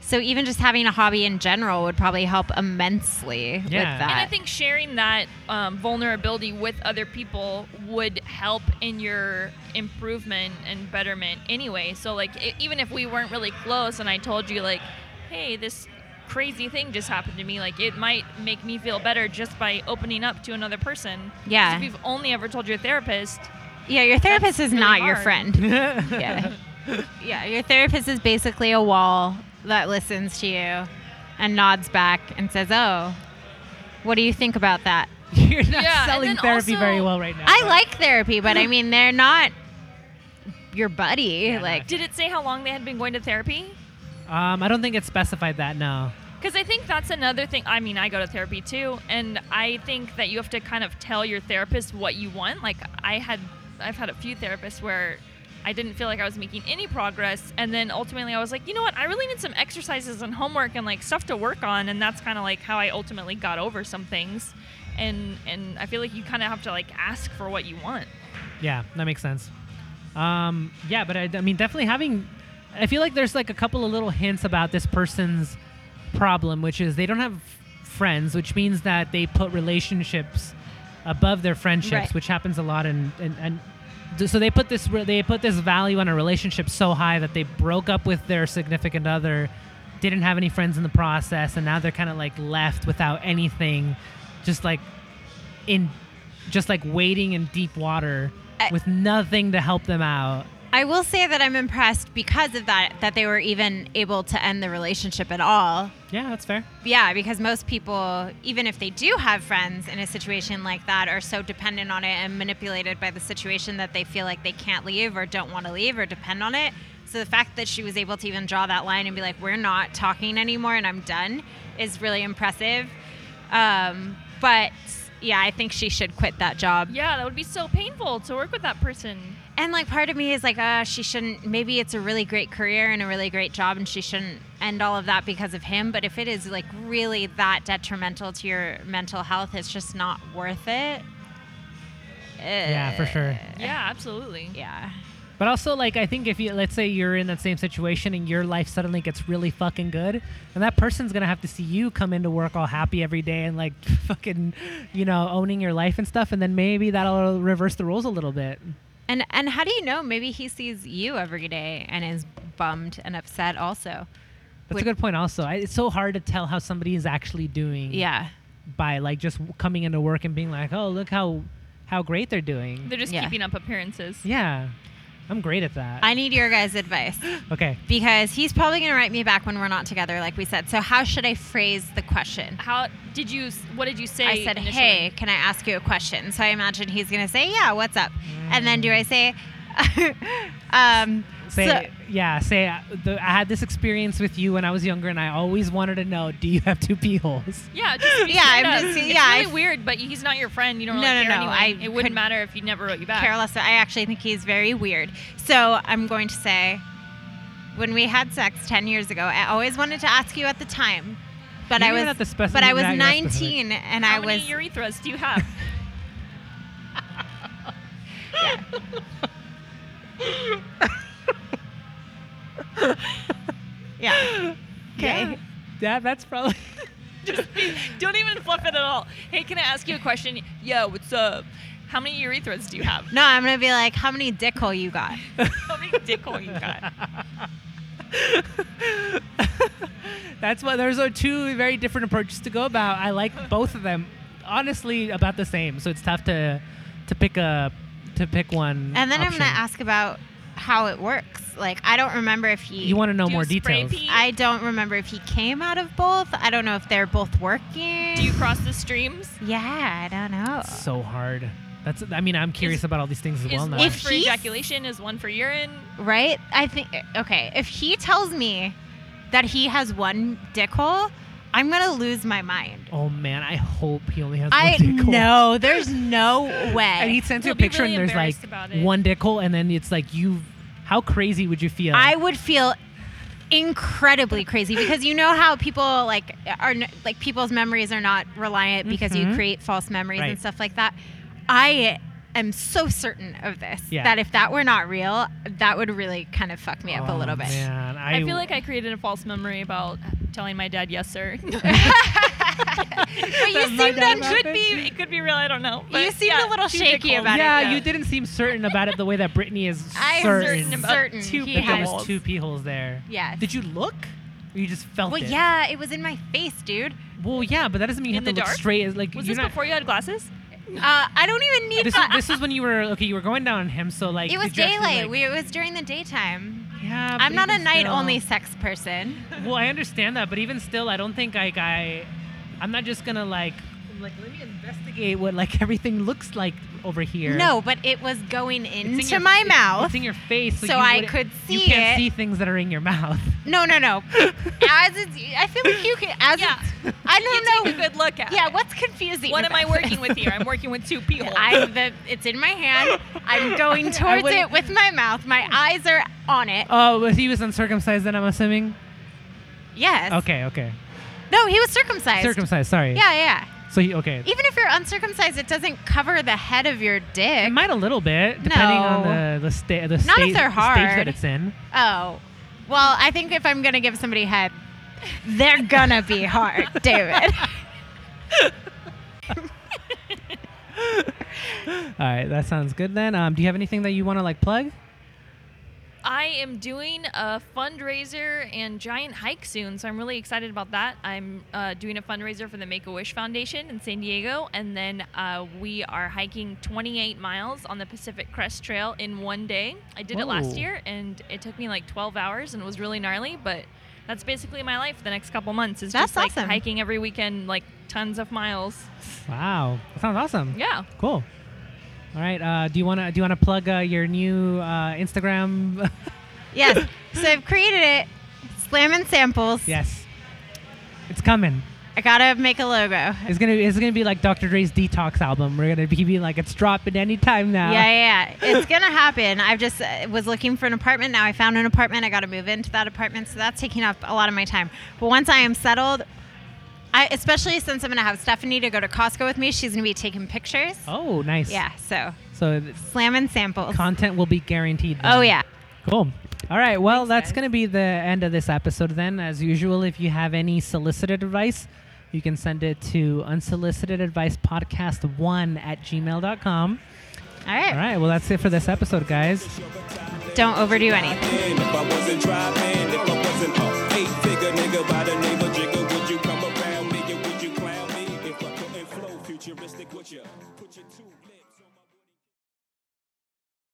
B: So even just having a hobby in general would probably help immensely with
A: Yeah. And
B: that.
C: And I think sharing that um, vulnerability with other people would help in your improvement and betterment anyway. So, like, e- even if we weren't really close and I told you, like, hey, this crazy thing just happened to me, like, it might make me feel better just by opening up to another person. 'Cause
B: Yeah.
C: If you've only ever told your therapist,
B: yeah, your therapist is
C: really
B: not your
C: hard.
B: friend. yeah. Yeah, your therapist is basically a wall that listens to you and nods back and says, "Oh, what do you think about that?"
A: You're not
C: Yeah, and
A: selling
C: then
A: therapy
C: also-
A: very well right now.
B: I like therapy, but I mean, they're not your buddy.
A: Yeah,
B: like,
C: did it say how long they had been going to therapy?
A: Um, I don't think it specified that. No.
C: Because I think that's another thing. I mean, I go to therapy too, and I think that you have to kind of tell your therapist what you want. Like I had, I've had a few therapists where I didn't feel like I was making any progress. And then ultimately, I was like, you know what? I really need some exercises and homework and like stuff to work on. And that's kind of like how I ultimately got over some things. And and I feel like you kind of have to like ask for what you want.
A: Yeah, that makes sense. Um, yeah, but I, I mean, definitely having. I feel like there's like a couple of little hints about this person's problem, which is they don't have friends, which means that they put relationships above their friendships,
B: Right.
A: which happens a lot. And and, and th- so they put this re- they put this value on a relationship so high that they broke up with their significant other, didn't have any friends in the process, and now they're kind of like left without anything, just like in just like wading in deep water
B: I-
A: with nothing to help them out.
B: I will say that I'm impressed because of that that they were even able to end the relationship at all.
A: Yeah, that's fair.
B: Yeah, because most people, even if they do have friends in a situation like that, are so dependent on it and manipulated by the situation that they feel like they can't leave or don't want to leave or depend on it. So the fact that she was able to even draw that line and be like, "We're not talking anymore, and I'm done," is really impressive. Um, but yeah, I think she should quit that job.
C: Yeah, that would be so painful to work with that person.
B: And like part of me is like, uh, she shouldn't. Maybe it's a really great career and a really great job, and she shouldn't end all of that because of him. But if it is like really that detrimental to your mental health, it's just not worth it.
A: Yeah,
B: Eh.
A: for sure.
C: Yeah, absolutely.
B: Yeah.
A: But also, like, I think if you, let's say you're in that same situation and your life suddenly gets really fucking good, and that person's gonna have to see you come into work all happy every day and, like, fucking, you know, owning your life and stuff, and then maybe that'll reverse the rules a little bit.
B: And and how do you know? Maybe he sees you every day and is bummed and upset. Also.
A: That's
B: Would-
A: a good point, also. I, it's so hard to tell how somebody is actually doing
B: Yeah.
A: by, like, just w- coming into work and being like, oh, look how, how great they're doing.
C: They're just
B: Yeah.
C: keeping up appearances.
A: yeah. I'm great at that.
B: I need your guys' advice.
A: okay.
B: Because he's probably going to write me back when we're not together, like we said. So, how should I phrase the question?
C: How did you? s- What did you say?
B: I said,
C: initially?
B: "Hey, can I ask you a question?" So I imagine he's gonna say, "Yeah, what's up?" And then do I say, um,
A: Say,
B: so-
A: yeah, say, uh, the, I had this experience with you when I was younger, and I always wanted to know, do you have two pee holes?
C: Yeah, just be
B: Yeah,
C: straight
B: I'm
C: up.
B: just-
C: it's
B: yeah,
C: really
B: I-
C: weird, but he's not your friend. You don't
B: No,
C: really
B: no,
C: care
B: no,
C: anyway.
B: I
C: it wouldn't
B: couldn't-
C: matter if he never wrote you back.
B: "Careless." uh, I actually think he's very weird. So I'm going to say, when we had sex ten years ago, I always wanted to ask you at the time, but
A: You
B: I
A: don't
B: was
A: have to specify
B: but I was
A: that, you're not specific.
B: 19 and
C: How
B: I was
C: many urethras do you have?
B: yeah. Okay.
A: Yeah, that, that's probably.
C: don't even fluff it at all. Hey, can I ask you a question? Yeah, what's up? How many urethras do you have?
B: No, I'm gonna be like, "How many dick hole you got?"
C: How many dick hole you got?
A: that's what there's are two very different approaches to go about. I like both of them, honestly, about the same. So it's tough to to pick a to pick one.
B: And then I'm
A: option.
B: gonna ask about how it works. Like, I don't remember if he
A: You want to know
C: Do
A: more
C: you spray
A: details?
C: pee?
B: I don't remember if he came out of both. I don't know if they're both working.
C: do you cross the streams?
B: yeah, I don't know.
A: It's so hard. That's. I mean, I'm curious about all these things as
C: Is
A: well
C: one
A: now.
B: If
C: for
B: he's-
C: ejaculation? Is one for urine?
B: Right? I think okay, if he tells me that he has one dick hole, I'm going to lose my mind.
A: oh man, I hope he only has
B: I
A: one dick hole.
B: no, there's no
A: And he
B: way.
A: sends you
C: He'll
A: a
C: be
A: picture,
C: really
A: and there's
C: embarrassed about
A: like
C: it.
A: one dick hole, and then it's like you. How crazy would you feel?
B: I would feel incredibly crazy because you know how people like are n- like people's memories are not reliant because you
A: Mhm.
B: create false memories
A: Right.
B: and stuff like that. I am so certain of this
A: Yeah.
B: that if that were not real, that would really kind of fuck me up a
A: Oh,
B: little bit.
A: Man, I,
C: I, feel like I created a false memory about telling my dad yes, sir.
B: But you
A: That might
B: seemed
A: not
B: unsure.
A: happen.
C: could be. It could be real. I don't know. But
B: You seemed a
C: yeah,
B: little
C: two
B: shaky
C: dick holes.
B: about it,
A: yeah,
B: though.
A: you didn't seem certain about it the way that Brittany is
B: I'm
A: certain,
B: certain
A: that
B: about
C: about
B: certain
C: two
B: he
C: pee
B: has-
A: there
C: holes.
A: was two pee holes there.
B: Yes.
A: Did you look? Or you just felt
B: Well,
A: it.
B: yeah, it was in my face, dude.
A: Well, yeah, but that doesn't mean you
C: In
A: have to
C: the
A: look
C: dark?
A: straight. Like
C: Was
A: you're
C: this
A: not-
C: before you had glasses?
B: Uh, I don't even need
A: This is,
B: that.
A: this is when you were okay. You were going down on him, so like
B: it was
A: did you actually,
B: daylight.
A: like-
B: we, it was during the daytime.
A: yeah,
B: I'm
A: but
B: not a
A: even
B: night
A: still-
B: only sex person.
A: Well, I understand that, but even still, I don't think like I, I'm not just gonna like like let me investigate what like everything looks like over here.
B: No, but it was going
A: It's in
B: into
A: your-
B: my
A: it's-
B: mouth.
A: It's in your face, so,
B: so
A: you
B: I
A: wouldn't-
B: could
A: You
B: see
A: can't
B: it.
A: see things that are in your mouth.
B: no, no, no. As it's, I feel like you can. As
C: Yeah.
B: it's, I don't
C: You
B: know.
C: take a good look at.
B: yeah,
C: it.
B: what's confusing.
C: What am I
B: about
C: working
B: this.
C: with here? I'm working with two people.
B: I the it's in my hand. I'm going
A: I
B: towards
A: wouldn't-
B: it with my mouth. My eyes are on it.
A: Oh, but he was uncircumcised then, I'm assuming?
B: Yes.
A: Okay, okay.
B: No, he was circumcised.
A: Circumcised, sorry.
B: Yeah, yeah.
A: So, he, okay.
B: Even if you're uncircumcised, it doesn't cover the head of your dick.
A: It might a little bit, depending on
B: No.
A: the the, sta- the,
B: Not if
A: state,
B: they're
A: stage
B: hard.
A: that it's in.
B: oh, well, I think if I'm gonna give somebody head, they're gonna be hard, David.
A: All right, that sounds good then. Um, do you have anything that you want to like plug?
C: I am doing a fundraiser and giant hike soon, so I'm really excited about that. I'm uh, doing a fundraiser for the Make a Wish Foundation in San Diego, and then uh, we are hiking 28 miles on the Pacific Crest Trail in one day. I did it last
A: Whoa.
C: year, and it took me like 12 hours, and it was really gnarly. But that's basically my life the next couple months. Is
B: That's
C: just like
B: awesome.
C: hiking every weekend, like tons of miles.
A: Wow, that sounds awesome.
C: Yeah.
A: Cool. All right. Uh, do you wanna do you wanna plug uh, your new uh, Instagram?
B: yes. So I've created it. Slamming samples.
A: yes. It's coming.
B: I gotta make a logo. Yeah,
A: It's gonna it's gonna be like Dr. Dre's detox album. We're gonna be being like it's dropping any time now.
B: yeah, yeah. It's gonna happen. I just uh, was looking for an apartment. Now I found an apartment. I gotta move into that apartment. So that's taking up a lot of my time. But once I am settled, I, especially since I'm gonna have Stephanie to go to Costco with me, she's gonna be taking pictures.
A: Oh, nice.
B: Yeah. So
A: So th-
B: slamming samples.
A: content will be guaranteed. then.
B: oh yeah.
A: Cool. All right. Well,
C: Thanks,
A: that's
C: guys.
A: going to be the end of this episode then. As usual, if you have any solicited advice, you can send it to unsolicitedadvicepodcast1 at gmail.com.
B: All right.
A: All right. Well, that's it for this episode, guys.
B: Don't overdo anything.
D: If I wasn't driving, if I wasn't a eight figure nigga by the name of Jigga, would you come around me and would you clown me? If I couldn't flow futuristic, would you put your two legs?